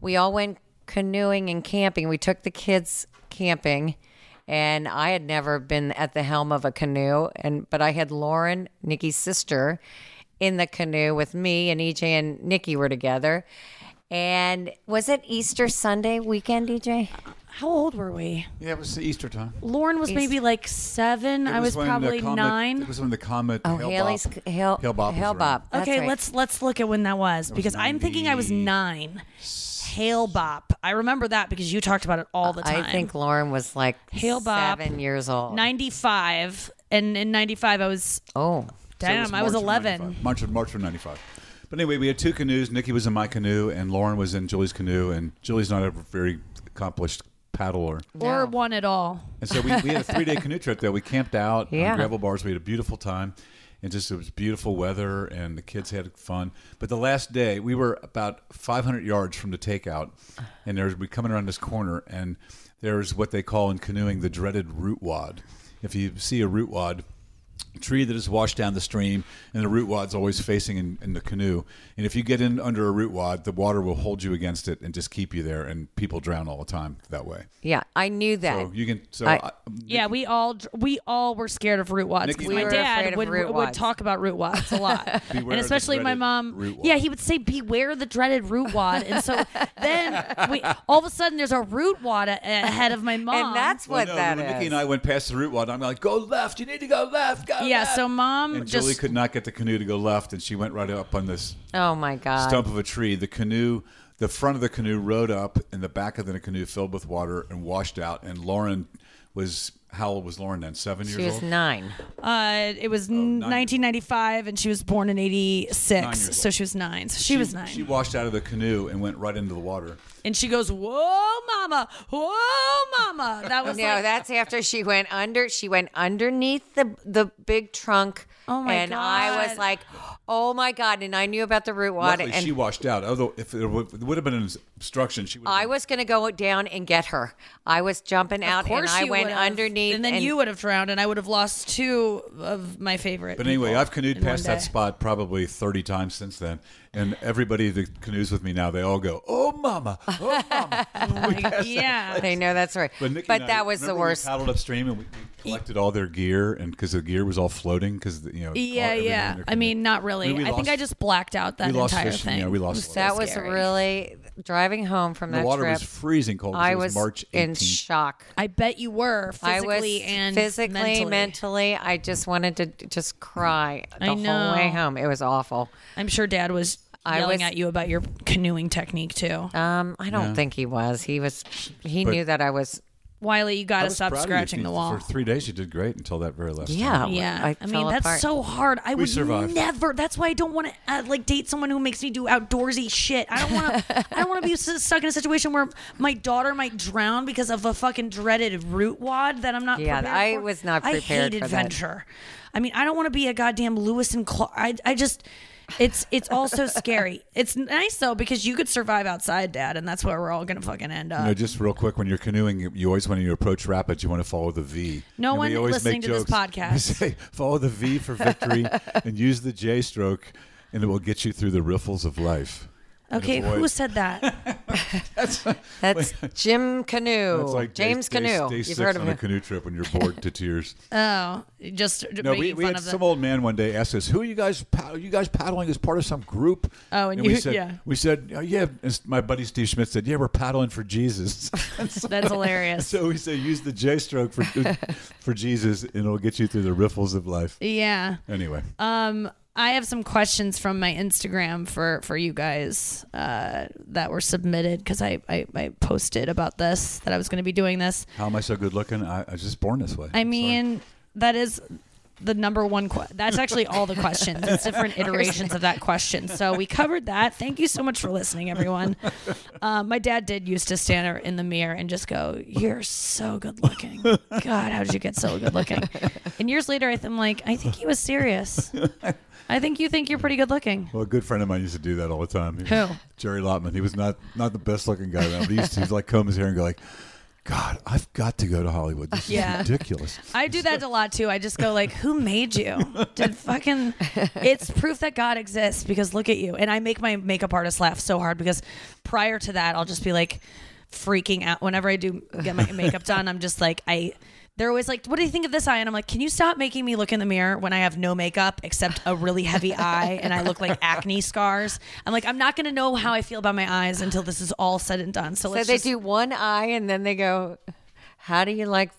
Speaker 5: we all went canoeing and camping. We took the kids camping, and I had never been at the helm of a canoe, and but I had Lauren, Nikki's sister, in the canoe with me, and EJ and Nikki were together. And was it Easter Sunday weekend, E EJ?
Speaker 3: How old were we?
Speaker 4: Yeah, it was Easter time.
Speaker 3: Lauren was maybe like seven. I was
Speaker 4: when the
Speaker 3: probably
Speaker 4: comet- It
Speaker 3: nine.
Speaker 4: was when the comet.
Speaker 5: Oh,
Speaker 4: Hale-Bopp-
Speaker 5: Haley's Hale,
Speaker 4: Hale-Bopp was
Speaker 5: Hale
Speaker 4: around.
Speaker 5: Bob. That's
Speaker 3: okay,
Speaker 5: right.
Speaker 3: let's let's look at when that was because I'm thinking I was nine. Hail Bop. I remember that because you talked about it all the time.
Speaker 5: I think Lauren was like
Speaker 3: Hale-Bopp,
Speaker 5: seven years old.
Speaker 3: 95, and in 95 I was
Speaker 5: Oh,
Speaker 4: So it
Speaker 3: damn, I was
Speaker 4: March of
Speaker 3: 11.
Speaker 4: 95. March of March of '95. But anyway, we had two canoes. Nikki was in my canoe, and Lauren was in Julie's canoe. And Julie's not a very accomplished paddler,
Speaker 3: Or one at all.
Speaker 4: and so we, we had a three day canoe trip there. We camped out
Speaker 5: Yeah.
Speaker 4: on gravel bars. We had a beautiful time, and just it was beautiful weather, and the kids had fun. But the last day, we were about 500 yards from the takeout, and there's we coming around this corner, and there's what they call in canoeing the dreaded root wad. If you see a root wad, tree that is washed down the stream, and the root wad's always facing in, in the canoe. And if you get in under a root wad, the water will hold you against it and just keep you there, and people drown all the time that way.
Speaker 5: yeah, I knew that.
Speaker 4: So you can. So
Speaker 5: I-
Speaker 4: I,
Speaker 3: Yeah, we all dr- we all were scared of root wads.
Speaker 4: Nikki-
Speaker 3: because
Speaker 4: We
Speaker 3: my
Speaker 4: were
Speaker 5: afraid
Speaker 3: dad
Speaker 5: of
Speaker 3: would,
Speaker 5: root
Speaker 3: would
Speaker 5: wads.
Speaker 3: talk about root wads a lot, and
Speaker 4: the
Speaker 3: especially my
Speaker 4: dreaded
Speaker 3: mom.
Speaker 4: root wad.
Speaker 3: Yeah, he would say, "Beware the dreaded root wad." And so then we all of a sudden there's a root wad a- ahead of my mom.
Speaker 5: And that's
Speaker 4: Well,
Speaker 5: what
Speaker 4: no,
Speaker 5: that
Speaker 4: when
Speaker 5: is.
Speaker 4: Mickey and I went past the root one, I'm like, go left. You need to go left. Go
Speaker 3: yeah.
Speaker 4: left."
Speaker 3: So mom
Speaker 4: and
Speaker 3: just
Speaker 4: Julie could not get the canoe to go left, and she went right up on this
Speaker 5: oh my God.
Speaker 4: stump of a tree. The canoe, the front of the canoe rode up, and the back of the canoe filled with water and washed out. And Lauren was how old was Lauren then? Seven
Speaker 5: She
Speaker 4: years
Speaker 5: was
Speaker 4: old.
Speaker 5: nine.
Speaker 3: uh, it was
Speaker 4: Oh, nine.
Speaker 3: 1995, and she was born in
Speaker 4: Nine
Speaker 3: 86,
Speaker 4: years
Speaker 3: so
Speaker 4: old.
Speaker 3: she was nine. So she, was nine,
Speaker 4: She washed out of the canoe and went right into the water.
Speaker 3: and she goes, "Whoa, mama! Whoa, mama!" That was
Speaker 5: No,
Speaker 3: like,
Speaker 5: that's after she went under. She went underneath the the big trunk.
Speaker 3: Oh, my
Speaker 5: And I
Speaker 3: God.
Speaker 5: was like, oh my God! And I knew about the root wad.
Speaker 4: Luckily,
Speaker 5: and
Speaker 4: she washed out. Although if it would, it would have been an obstruction, she would. Have
Speaker 5: I
Speaker 4: been-
Speaker 5: was going to go down and get her. I was jumping out,
Speaker 3: Of course
Speaker 5: and I
Speaker 3: you
Speaker 5: went
Speaker 3: would've.
Speaker 5: underneath.
Speaker 3: and then you would have drowned, and I would have lost two of my favorite.
Speaker 4: But anyway,
Speaker 3: people
Speaker 4: I've canoed
Speaker 3: in one
Speaker 4: past
Speaker 3: day.
Speaker 4: that spot probably 30 times since then. And everybody that canoes with me now, they all go, Oh, mama. Oh, mama.
Speaker 3: Yeah,
Speaker 5: They know that's right.
Speaker 4: But, Nikki and I-
Speaker 5: that was the
Speaker 4: remember
Speaker 5: worst.
Speaker 4: We paddled upstream and we, we collected all their gear and because the gear was all floating because, you know. all-
Speaker 3: yeah,
Speaker 4: everything
Speaker 3: yeah.
Speaker 4: in their
Speaker 3: I mean,
Speaker 4: Oh, canoe.
Speaker 3: not really. I,
Speaker 4: mean, we
Speaker 3: think
Speaker 4: lost-
Speaker 3: I just blacked out that
Speaker 4: we lost
Speaker 3: entire
Speaker 4: fish,
Speaker 3: thing.
Speaker 4: yeah, we lost
Speaker 3: It
Speaker 4: a lot.
Speaker 3: so
Speaker 5: that was
Speaker 3: scary.
Speaker 5: really driving home from
Speaker 4: The
Speaker 5: that
Speaker 4: water
Speaker 5: trip.
Speaker 4: was freezing cold. 'cause
Speaker 5: I
Speaker 4: it was
Speaker 5: was
Speaker 4: March
Speaker 5: in
Speaker 4: 18th.
Speaker 5: shock.
Speaker 3: I bet you were physically and
Speaker 5: physically,
Speaker 3: mentally.
Speaker 5: mentally, I just wanted to d- just cry the
Speaker 3: I know.
Speaker 5: whole way home. It was awful.
Speaker 3: I'm sure Dad was
Speaker 5: I
Speaker 3: yelling
Speaker 5: was- Uh,
Speaker 3: at you about your canoeing technique too.
Speaker 5: Um, I don't think he was. He was. He
Speaker 4: But-
Speaker 5: knew that I was
Speaker 3: Wiley, you got
Speaker 4: I
Speaker 3: to
Speaker 4: was
Speaker 3: stop
Speaker 4: proud of you.
Speaker 3: scratching
Speaker 4: She-
Speaker 3: the wall.
Speaker 4: For three days, you did great until that very last.
Speaker 5: Yeah.
Speaker 4: time.
Speaker 3: Yeah,
Speaker 5: I
Speaker 3: I, mean
Speaker 5: fell
Speaker 3: that's
Speaker 5: apart.
Speaker 3: so hard. I would
Speaker 4: survived.
Speaker 3: never. That's why I don't want to uh, like date someone who makes me do outdoorsy shit. I don't want to. I don't want to be s- stuck in a situation where my daughter might drown because of a fucking dreaded root wad that I'm not.
Speaker 5: Yeah,
Speaker 3: prepared
Speaker 5: I
Speaker 3: for.
Speaker 5: was not
Speaker 3: I
Speaker 5: prepared
Speaker 3: hate
Speaker 5: for that.
Speaker 3: adventure. I mean, I don't want to be a goddamn Lewis and Clark. I, I just. It's it's also scary. It's nice though because you could survive outside, Dad, and that's where we're all gonna fucking end up.
Speaker 4: No, just real quick. When you're canoeing, you- you always when you approach rapids, you want to follow the V.
Speaker 3: No
Speaker 4: And we
Speaker 3: one
Speaker 4: always
Speaker 3: listening
Speaker 4: make
Speaker 3: to this
Speaker 4: jokes.
Speaker 3: podcast.
Speaker 4: We say follow the V for victory and use the J stroke, and it will get you through the riffles of life. And
Speaker 3: okay,
Speaker 4: avoid-
Speaker 3: who said that?
Speaker 5: That's Jim Canoe.
Speaker 4: That's like day-
Speaker 5: James
Speaker 4: day-
Speaker 5: Canoe.
Speaker 4: Day,
Speaker 5: You've
Speaker 4: six
Speaker 5: heard of
Speaker 4: on a
Speaker 5: him.
Speaker 4: canoe trip when you're bored to tears.
Speaker 3: Oh, just
Speaker 4: No,
Speaker 3: making
Speaker 4: we, we
Speaker 3: fun
Speaker 4: had
Speaker 3: of the-
Speaker 4: some old man one day asked us, "Who are you guys? Pad- are you guys paddling as part of some group?"
Speaker 3: Oh, and
Speaker 4: we
Speaker 3: you-
Speaker 4: said,
Speaker 3: yeah.
Speaker 4: we said, oh, "Yeah." And s- my buddy Steve Schmidt said, "Yeah, we're paddling for Jesus."
Speaker 3: That's hilarious.
Speaker 4: so we say, "Use the J stroke for for Jesus, and it'll get you through the riffles of life."
Speaker 3: yeah.
Speaker 4: Anyway,
Speaker 3: Um, I have some questions from my Instagram for for you guys uh, that were submitted because I, I I posted about this that I was going to be doing this.
Speaker 4: how am I so good looking? I, I was just born this way.
Speaker 3: I
Speaker 4: I'm
Speaker 3: mean, that is the number one. Que- that's actually all the questions. It's different iterations of that question. So we covered that. Thank you so much for listening, everyone. Um, my dad did used to stand in the mirror and just go, "You're so good looking. God, how did you get so good looking?" And years later, I th- I'm like, I think he was serious. I think you think you're pretty good looking.
Speaker 4: Well, a good friend of mine used to do that all the time. He
Speaker 3: Who?
Speaker 4: was- Jerry Lotman. He was not not the best looking guy around. But he used to he'd, like comb his hair and go like, "God, I've got to go to Hollywood. This
Speaker 3: Yeah.
Speaker 4: is ridiculous."
Speaker 3: I do that a lot too. I just go like, "Who made you? Did fucking?" It's proof that God exists because look at you. And I make my makeup artist laugh so hard because prior to that, I'll just be like freaking out. Whenever I do get my makeup done, I'm just like, I. They're always like, "What do you think of this eye?" And I'm like, "Can you stop making me look in the mirror when I have no makeup except a really heavy eye and I look like acne scars?" I'm like, "I'm not gonna know how I feel about my eyes until this is all said and done." So,
Speaker 5: So
Speaker 3: let's
Speaker 5: they
Speaker 3: just-
Speaker 5: do one eye and then they go, How do you like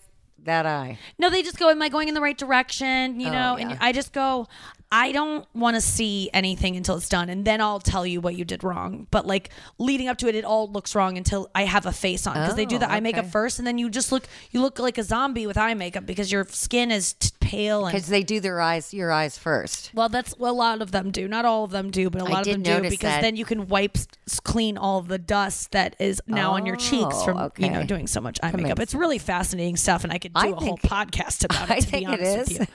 Speaker 5: that eye?
Speaker 3: No, they just go, Am I going in the right direction? You
Speaker 5: Oh,
Speaker 3: know,
Speaker 5: yeah.
Speaker 3: and I just go, I don't want to see anything until it's done. And then I'll tell you what you did wrong. But like leading up to it, it all looks wrong until I have a face on. Because they do
Speaker 5: Oh,
Speaker 3: the eye makeup
Speaker 5: okay.
Speaker 3: first. And then you just look, you look like a zombie with eye makeup because your skin is t- pale. And
Speaker 5: Because they do their eyes, your eyes first.
Speaker 3: well, that's well, a lot of them do. Not all of them do, but a lot of
Speaker 5: did
Speaker 3: them do
Speaker 5: notice
Speaker 3: because
Speaker 5: that.
Speaker 3: then you can wipe s- clean all of the dust that is now on your cheeks
Speaker 5: Oh,
Speaker 3: from you know
Speaker 5: okay.
Speaker 3: doing so much eye
Speaker 5: That
Speaker 3: makeup.
Speaker 5: makes
Speaker 3: It's really fascinating stuff, and I could do
Speaker 5: I
Speaker 3: a whole
Speaker 5: think-
Speaker 3: podcast about it.
Speaker 5: I
Speaker 3: to
Speaker 5: think
Speaker 3: be
Speaker 5: it
Speaker 3: honest
Speaker 5: is.
Speaker 3: With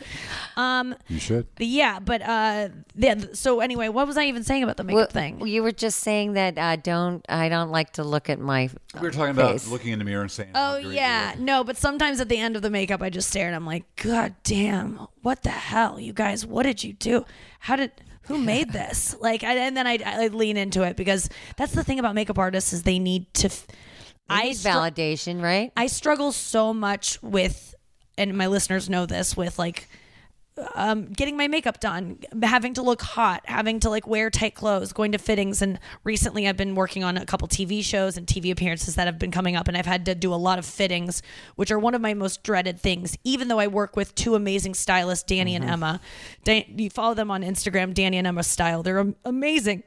Speaker 3: you. Um,
Speaker 4: You should.
Speaker 3: but yeah, but uh, yeah, th- so anyway, what was I even saying about the makeup thing?
Speaker 5: You were just saying that I don't, I don't like to look at my.
Speaker 4: We were talking
Speaker 5: about face.
Speaker 4: about looking in the mirror and saying,
Speaker 3: Oh yeah, no, but sometimes at the end of the makeup, I just stare and I'm like, God damn, what the hell, you guys? What did you do? How did? Who made this? Like, I, and then I, I lean into it because that's the thing about makeup artists is they need to. F- I
Speaker 5: I need
Speaker 3: str-
Speaker 5: validation, right?
Speaker 3: I struggle so much with, and my listeners know this with like um, getting my makeup done, having to look hot, having to like wear tight clothes, going to fittings. And recently I've been working on a couple TV shows and TV appearances that have been coming up, and I've had to do a lot of fittings, which are one of my most dreaded things, even though I work with two amazing stylists, Danny and Emma. Dan- you follow them on Instagram, Danny and Emma Style. They're am- amazing.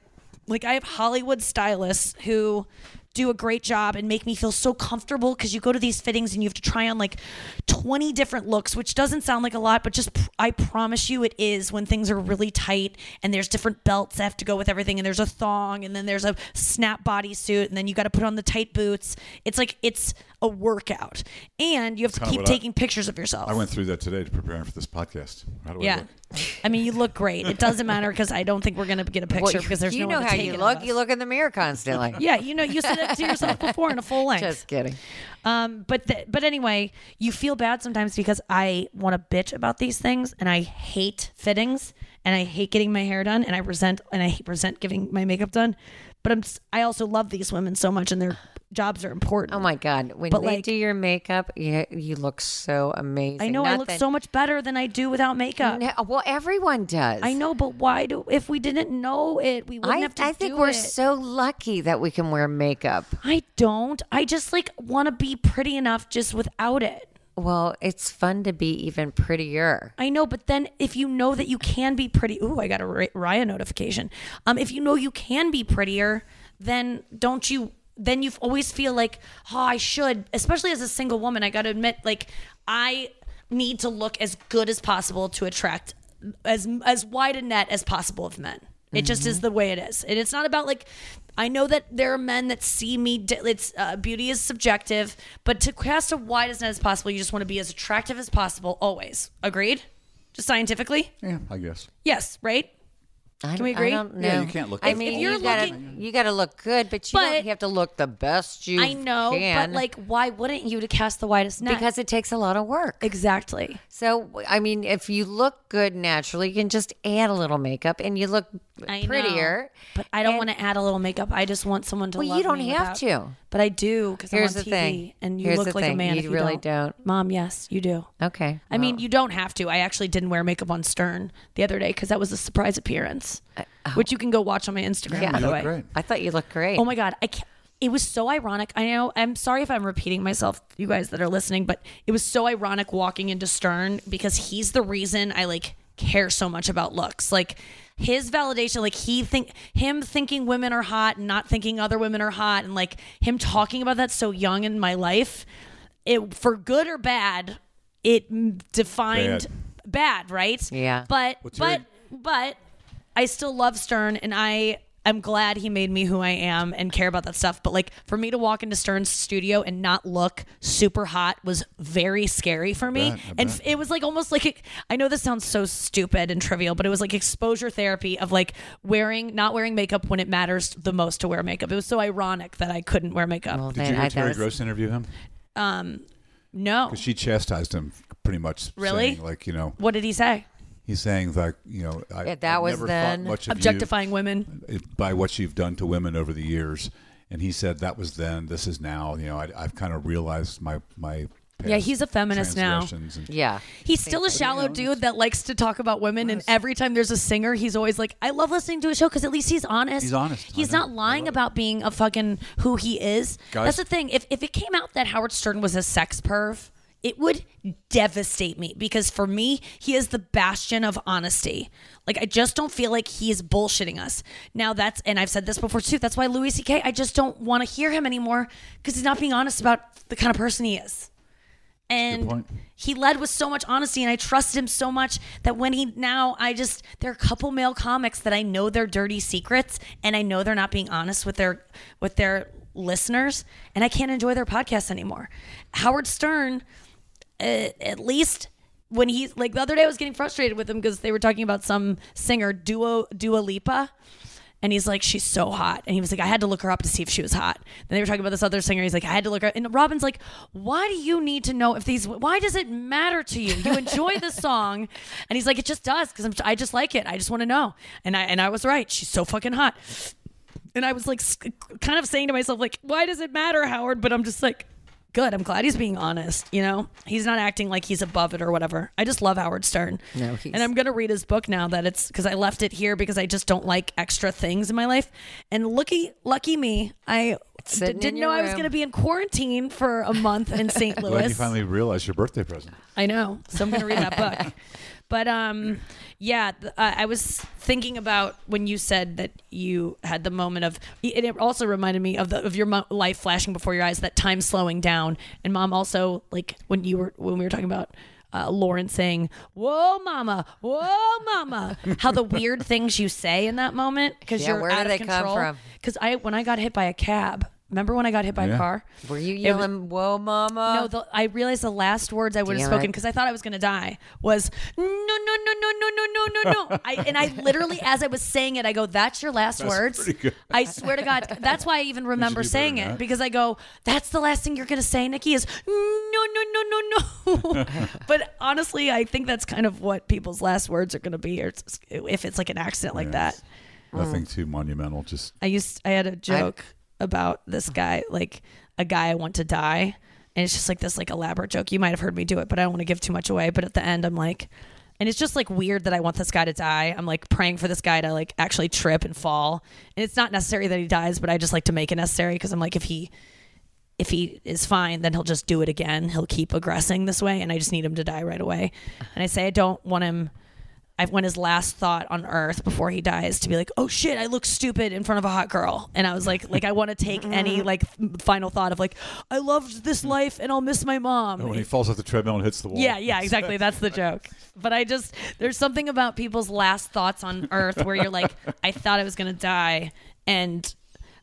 Speaker 3: Like I have Hollywood stylists who do a great job and make me feel so comfortable because you go to these fittings and you have to try on like 20 different looks, which doesn't sound like a lot, but just pr- I promise you it is when things are really tight and there's different belts that have to go with everything and there's a thong and then there's a snap bodysuit and then you got to put on the tight boots. It's like it's a workout and you have to
Speaker 4: Kinda
Speaker 3: keep
Speaker 4: what I-
Speaker 3: taking pictures of yourself.
Speaker 4: I went through that today to preparing for this podcast. How do I
Speaker 3: yeah.
Speaker 4: look?
Speaker 3: I mean, you look great. It doesn't matter because I don't think we're going to get a picture
Speaker 5: Well, you-
Speaker 3: because there's
Speaker 5: you
Speaker 3: no
Speaker 5: know
Speaker 3: one to
Speaker 5: how
Speaker 3: take
Speaker 5: you
Speaker 3: it of
Speaker 5: look.
Speaker 3: us.
Speaker 5: You look in the mirror constantly.
Speaker 3: Yeah, you know, you said that to yourself before in a full length.
Speaker 5: Just kidding.
Speaker 3: Um, but th- but anyway, you feel bad sometimes because I want to bitch about these things, and I hate fittings, and I hate getting my hair done, and I resent and I hate- resent giving my makeup done. But I'm s- I also love these women so much, and their jobs are important.
Speaker 5: Oh my God! When
Speaker 3: But,
Speaker 5: they
Speaker 3: like-
Speaker 5: do your makeup, you, you look so amazing.
Speaker 3: I know I
Speaker 5: Not
Speaker 3: look
Speaker 5: that-
Speaker 3: so much better than I do without makeup.
Speaker 5: No, well, everyone does.
Speaker 3: I know, but why do if we didn't know it, we wouldn't
Speaker 5: I,
Speaker 3: have to
Speaker 5: I think
Speaker 3: do
Speaker 5: we're
Speaker 3: it.
Speaker 5: so lucky that we can wear makeup.
Speaker 3: I don't. I just like want to be pretty enough just without it.
Speaker 5: Well, it's fun to be even prettier.
Speaker 3: I know, but then if you know that you can be pretty, ooh, I got a Ri- Raya notification. Um, if you know you can be prettier, then don't you? then you always feel like, oh, I should, especially as a single woman. I got to admit, like, I need to look as good as possible to attract as as wide a net as possible of men. It just
Speaker 5: Mm-hmm.
Speaker 3: is the way it is, and it's not about like. I know that there are men that see me. Di- it's uh, beauty is subjective, but to cast a wide as net as possible, you just want to be as attractive as possible always. Agreed? Just scientifically,
Speaker 4: Yeah, I guess.
Speaker 3: yes, right?
Speaker 5: I,
Speaker 3: Can we agree?
Speaker 5: I don't know.
Speaker 4: Yeah, you can't look
Speaker 5: I
Speaker 4: at-
Speaker 5: mean,
Speaker 3: If you're
Speaker 5: you gotta
Speaker 3: looking-
Speaker 5: you gotta look good, but you
Speaker 3: But-
Speaker 5: don't have to look the best you.
Speaker 3: I know,
Speaker 5: can
Speaker 3: but like, why wouldn't you to cast the widest net?
Speaker 5: because it takes a lot of work.
Speaker 3: exactly.
Speaker 5: So I mean, if you look good naturally, you can just add a little makeup, and you look
Speaker 3: I know.
Speaker 5: prettier.
Speaker 3: But I don't
Speaker 5: And-
Speaker 3: want to add a little makeup. I just want someone to.
Speaker 5: Well, you
Speaker 3: love
Speaker 5: don't
Speaker 3: me
Speaker 5: have
Speaker 3: without-
Speaker 5: to.
Speaker 3: But I do because
Speaker 5: Here's
Speaker 3: I'm on
Speaker 5: the
Speaker 3: TV
Speaker 5: thing.
Speaker 3: and you
Speaker 5: Here's
Speaker 3: look
Speaker 5: the
Speaker 3: like a
Speaker 5: thing.
Speaker 3: man.
Speaker 5: You
Speaker 3: if you
Speaker 5: really
Speaker 3: don't,
Speaker 5: don't.
Speaker 3: Mom. Yes, you do.
Speaker 5: Okay.
Speaker 3: I mean,
Speaker 5: well,
Speaker 3: you don't have to. I actually didn't wear makeup on Stern the other day because that was a surprise appearance, which you can go watch on my Instagram.
Speaker 5: Yeah.
Speaker 3: by
Speaker 5: You
Speaker 3: the
Speaker 5: look
Speaker 3: way.
Speaker 4: great.
Speaker 5: I thought you looked great.
Speaker 3: Oh my god, I can't. It was so ironic. I know. I'm sorry if I'm repeating myself, you guys that are listening, but it was so ironic walking into Stern because he's the reason I like care so much about looks. Like his validation, like he think him thinking women are hot and not thinking other women are hot, and like him talking about that so young in my life, it for good or bad, it m- defined bad, right?
Speaker 5: Yeah.
Speaker 3: But
Speaker 4: What's your-
Speaker 3: but but I still love Stern and I am glad he made me who I am and care about that stuff. But like for me to walk into Stern's studio and not look super hot was very scary for me.
Speaker 4: bet, I
Speaker 3: and
Speaker 4: bet.
Speaker 3: it was like almost like I know this sounds so stupid and trivial, but it was like exposure therapy of like wearing not wearing makeup when it matters the most to wear makeup. It was so ironic that I couldn't wear makeup.
Speaker 5: Well,
Speaker 4: Did you
Speaker 5: then I-
Speaker 4: hear
Speaker 5: that
Speaker 4: Terry
Speaker 5: was-
Speaker 4: Gross interview him?
Speaker 3: no.
Speaker 4: She chastised him pretty much.
Speaker 3: Really?
Speaker 4: saying, like you know,
Speaker 3: what did he say?
Speaker 4: he's saying like you know, I,
Speaker 5: Yeah, that
Speaker 4: I've
Speaker 5: was
Speaker 4: never
Speaker 5: then.
Speaker 4: thought much of
Speaker 3: Objectifying women.
Speaker 4: you by what you've done to women over the years. And he said that was then. This is now. You know, I, I've kind of realized my my.
Speaker 3: Yeah,
Speaker 4: past
Speaker 3: he's a feminist now.
Speaker 4: transgressions and-
Speaker 5: yeah.
Speaker 3: He's still a shallow dude that likes to talk about women, and every time there's a singer, he's always like, "I love listening to a show because at least he's honest.
Speaker 4: He's honest. I
Speaker 3: He's
Speaker 4: know.
Speaker 3: not
Speaker 4: I
Speaker 3: lying
Speaker 4: love it.
Speaker 3: about being a fucking who he is. That's
Speaker 4: Guys-
Speaker 3: the thing. If if it came out that Howard Stern was a sex perv, it would devastate me because for me, he is the bastion of honesty. Like I just don't feel like he is bullshitting us. Now that's and I've said this before too. That's why Louis C.K. I just don't want to hear him anymore because he's not being honest about the kind of person he is and
Speaker 4: point.
Speaker 3: he led with so much honesty and i trusted him so much that when he now i just there are a couple male comics that i know their dirty secrets and i know they're not being honest with their with their listeners and i can't enjoy their podcasts anymore howard stern uh, at least when he's like the other day I was getting frustrated with him because they were talking about some singer duo Dua Lipa and he's like she's so hot and he was like I had to look her up to see if she was hot then they were talking about this other singer he's like I had to look her and Robin's like why do you need to know if these why does it matter to you you enjoy this song and he's like it just does because I just like it I just want to know and I and I was right she's so fucking hot and I was like sk- kind of saying to myself like why does it matter Howard but I'm just like good I'm glad he's being honest you know he's not acting like he's above it or whatever I just love Howard Stern
Speaker 5: No, he's-
Speaker 3: and I'm gonna read his book now that it's because I left it here because I just don't like extra things in my life and lucky lucky me I d-
Speaker 5: sitting in
Speaker 3: didn't know
Speaker 5: your
Speaker 3: I was
Speaker 5: room.
Speaker 3: gonna be in quarantine for a month in St.
Speaker 4: Glad you
Speaker 3: Louis
Speaker 4: finally realized your birthday present.
Speaker 3: I know. So I'm going to read that book. But um, yeah, th- uh, I was thinking about when you said that you had the moment of, and it also reminded me of the of your mo- life flashing before your eyes, that time slowing down, and mom also like when you were when we were talking about. Uh, Lauren saying, "Whoa, mama! Whoa, mama!" How the weird things you say in that moment because
Speaker 5: Yeah,
Speaker 3: you're
Speaker 5: where do
Speaker 3: out of
Speaker 5: they come
Speaker 3: control.
Speaker 5: from?
Speaker 3: Because I, when I got hit by a cab, remember when I got hit by a
Speaker 4: Yeah.
Speaker 3: car?
Speaker 5: Were you
Speaker 3: It was-
Speaker 5: yelling, "Whoa, mama"?
Speaker 3: no, the, I realized the last words I would have
Speaker 5: Damn
Speaker 3: spoken
Speaker 5: it.
Speaker 3: because I thought I was going to die was no, no, no, no, no, no, no, no, no. I, and I literally, as I was saying it, I go, "That's your last words."
Speaker 4: pretty good.
Speaker 3: I swear to God, that's why I even remember
Speaker 4: do better
Speaker 3: saying
Speaker 4: than
Speaker 3: it
Speaker 4: that.
Speaker 3: because I go, "That's the last thing you're going to say, Nikki." Is no, no, no, no, no. but honestly, I think that's kind of what people's last words are going to be, or it's, if it's like an accident like that.
Speaker 4: Nothing
Speaker 3: Mm.
Speaker 4: too monumental. Just
Speaker 3: I used I had a joke about this guy, like a guy I want to die, and it's just like this like elaborate joke. You might have heard me do it, but I don't want to give too much away. But at the end, I'm like, and it's just like weird that I want this guy to die. I'm like praying for this guy to like actually trip and fall, and it's not necessary that he dies, but I just like to make it necessary because I'm like if he. If he is fine, then he'll just do it again. He'll keep aggressing this way, and I just need him to die right away. And I say I don't want him I when his last thought on Earth before he dies to be like, oh shit, I look stupid in front of a hot girl, and I was like, like I want to take any like final thought of like, I loved this life and I'll miss my mom.
Speaker 4: When Oh, he falls off the treadmill and hits the wall.
Speaker 3: Yeah, yeah, exactly. That's the joke. But I just there's something about people's last thoughts on Earth where you're like, I thought I was gonna die, and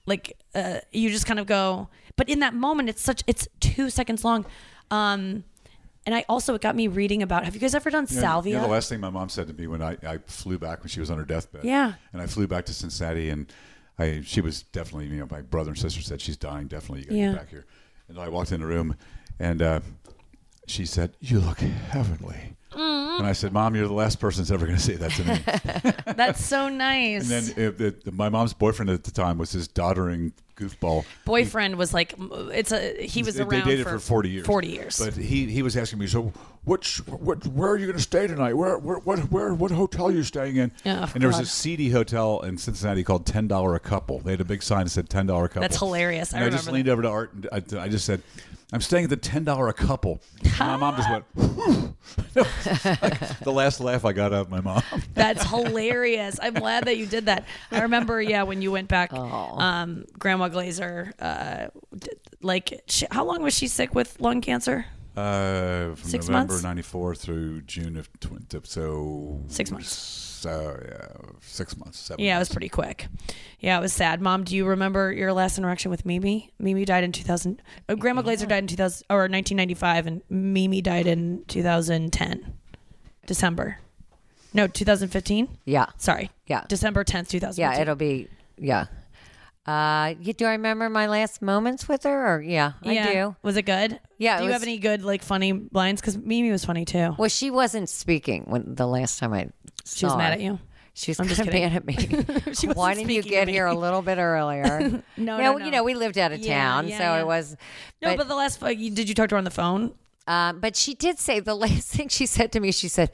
Speaker 3: like uh, you just kind of go. But in that moment, it's such it's two seconds long. Um, and I also it got me reading about. Have you guys ever done
Speaker 4: You know-
Speaker 3: salvia?
Speaker 4: You know, the last thing my mom said to me when I, I flew back when she was on her deathbed.
Speaker 3: Yeah.
Speaker 4: And I flew back to Cincinnati, and I she was definitely you know my brother and sister said she's dying definitely you got to
Speaker 3: Yeah.
Speaker 4: get back here, and I walked in the room, and uh, she said you look heavenly,
Speaker 3: Mm-hmm.
Speaker 4: and I said mom you're the last person that's ever going to say that to me.
Speaker 3: That's so nice.
Speaker 4: and then uh, the, the, my mom's boyfriend at the time was this doddering goofball.
Speaker 3: Boyfriend was like, it's a he was
Speaker 4: they,
Speaker 3: around.
Speaker 4: they dated for, 40 years
Speaker 3: 40 years.
Speaker 4: but he he was asking me so which what where are you going to stay tonight where where what where what hotel are you staying in
Speaker 3: Oh,
Speaker 4: and there was
Speaker 3: God.
Speaker 4: a seedy hotel in cincinnati called ten dollar a couple they had a big sign that said ten dollar a couple
Speaker 3: That's hilarious. I
Speaker 4: and i, just
Speaker 3: remember
Speaker 4: leaned
Speaker 3: that.
Speaker 4: over to art and I, I just said i'm staying at the ten dollar a couple And my mom just went the last laugh i got out of my mom
Speaker 3: That's hilarious. I'm glad that you did that. I remember, yeah, when you went back, um, Grandma Glazer, uh, d- like, she, how long was she sick with lung cancer?
Speaker 4: uh, from
Speaker 3: Six
Speaker 4: november
Speaker 3: months?
Speaker 4: 94 through june of 20 so
Speaker 3: Six months.
Speaker 4: so yeah six months seven
Speaker 3: Yeah, it was
Speaker 4: months.
Speaker 3: pretty quick. Yeah, it was sad. Mom, do you remember your last interaction with Mimi? Mimi died in 2000. Oh, Grandma Glazer died in 2000 or 1995, and Mimi died in 2010, December. No, 2015.
Speaker 5: Yeah.
Speaker 3: Sorry.
Speaker 5: Yeah.
Speaker 3: December 10th, 2015.
Speaker 5: Yeah, it'll be yeah. Uh, you, do I remember my last moments with her? Or yeah, I do.
Speaker 3: Was it good?
Speaker 5: Yeah,
Speaker 3: Do
Speaker 5: it
Speaker 3: you have
Speaker 5: was-
Speaker 3: any good like funny lines? Because Mimi was funny too.
Speaker 5: Well, she wasn't speaking when the last time I saw
Speaker 3: She was mad
Speaker 5: her.
Speaker 3: at you.
Speaker 5: She was
Speaker 3: I'm
Speaker 5: kind
Speaker 3: just
Speaker 5: of
Speaker 3: kidding.
Speaker 5: mad at me.
Speaker 3: She
Speaker 5: Why
Speaker 3: wasn't
Speaker 5: didn't you
Speaker 3: speaking to
Speaker 5: get
Speaker 3: me.
Speaker 5: here a little bit earlier?
Speaker 3: No, no,
Speaker 5: Now,
Speaker 3: no.
Speaker 5: you know we lived out of
Speaker 3: Yeah,
Speaker 5: town,
Speaker 3: yeah,
Speaker 5: so
Speaker 3: yeah.
Speaker 5: it was.
Speaker 3: No, but, the last fu- you- did you talk to her on the phone?
Speaker 5: Um, but she did say the last thing she said to me, she said,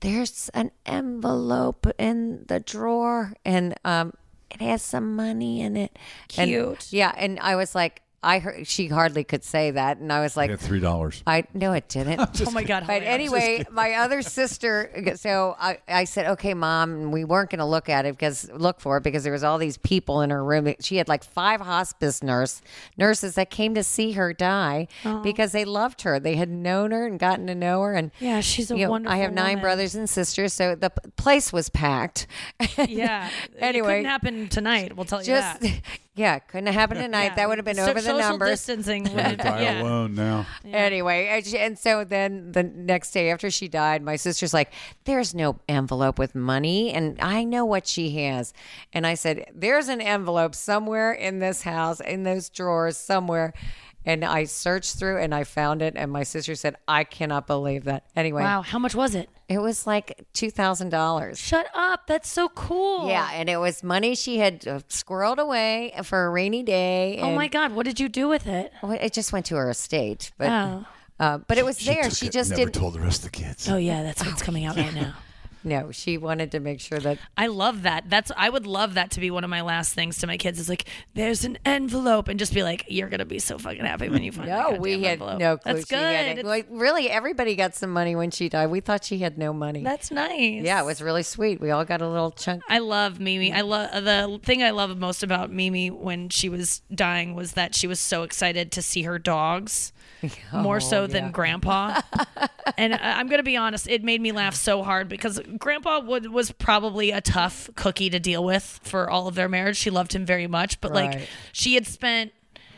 Speaker 5: There's an envelope in the drawer and um, it has some money in it. And-
Speaker 3: Cute.
Speaker 5: yeah. And I was like, I heard she hardly could say that. And I was
Speaker 4: I
Speaker 5: like,
Speaker 4: had three dollars
Speaker 5: I no, it didn't.
Speaker 3: Oh my god.
Speaker 5: But
Speaker 3: hilarious.
Speaker 5: anyway, my other sister. So I, I said, okay, mom, and we weren't going to look at it because look for it because there was all these people in her room. She had like five hospice nurse nurses that came to see her die because they loved her. They had known her and gotten to know her. And
Speaker 3: Yeah, she's a
Speaker 5: you know,
Speaker 3: wonderful
Speaker 5: I have nine
Speaker 3: woman.
Speaker 5: brothers and sisters, so the p- place was packed.
Speaker 3: yeah. it
Speaker 5: Anyway.
Speaker 3: couldn't happen tonight. We'll tell you
Speaker 5: Just
Speaker 3: that.
Speaker 5: yeah, couldn't have happened tonight.
Speaker 3: Yeah.
Speaker 5: That would have been
Speaker 3: So-
Speaker 5: over the
Speaker 3: social
Speaker 5: numbers.
Speaker 3: distancing. would-
Speaker 4: die
Speaker 3: yeah.
Speaker 4: alone now
Speaker 5: Anyway, and, she, and so then the next day after she died, my sister's like, "There's no envelope with money," and I know what she has. And I said, "There's an envelope somewhere in this house, in those drawers somewhere." And I searched through and I found it. And my sister said, "I cannot believe that." Anyway,
Speaker 3: Wow. How much was it?
Speaker 5: it was like two thousand dollars.
Speaker 3: Shut up. That's so cool.
Speaker 5: Yeah, and it was money she had uh, squirreled away for a rainy day.
Speaker 3: Oh
Speaker 5: and-
Speaker 3: my god. What did you do with it?
Speaker 5: Well, It just went to her estate, but
Speaker 3: Oh.
Speaker 5: uh, but it was there.
Speaker 4: took
Speaker 5: She
Speaker 4: it,
Speaker 5: just
Speaker 4: never
Speaker 5: didn't.
Speaker 4: told the rest of the kids.
Speaker 3: Oh yeah. That's what's coming out right now.
Speaker 5: No, she wanted to make sure that
Speaker 3: I love that. That's I would love that to be one of my last things to my kids. Is like, there's an envelope, and just be like, you're gonna be so fucking happy when you find. that
Speaker 5: no,
Speaker 3: goddamn
Speaker 5: we had
Speaker 3: envelope.
Speaker 5: no clue
Speaker 3: That's
Speaker 5: she
Speaker 3: good.
Speaker 5: had it.
Speaker 3: It's-
Speaker 5: Like, really, everybody got some money when she died. We thought she had no money.
Speaker 3: That's nice.
Speaker 5: yeah, it was really sweet. We all got a little chunk.
Speaker 3: I love Mimi. I love the thing I love most about Mimi when she was dying was that she was so excited to see her dogs, more so than Grandpa. and I- I'm gonna be honest, it made me laugh so hard because Grandpa would, was probably a tough cookie to deal with for all of their marriage. She loved him very much, but like
Speaker 5: Right.
Speaker 3: she had spent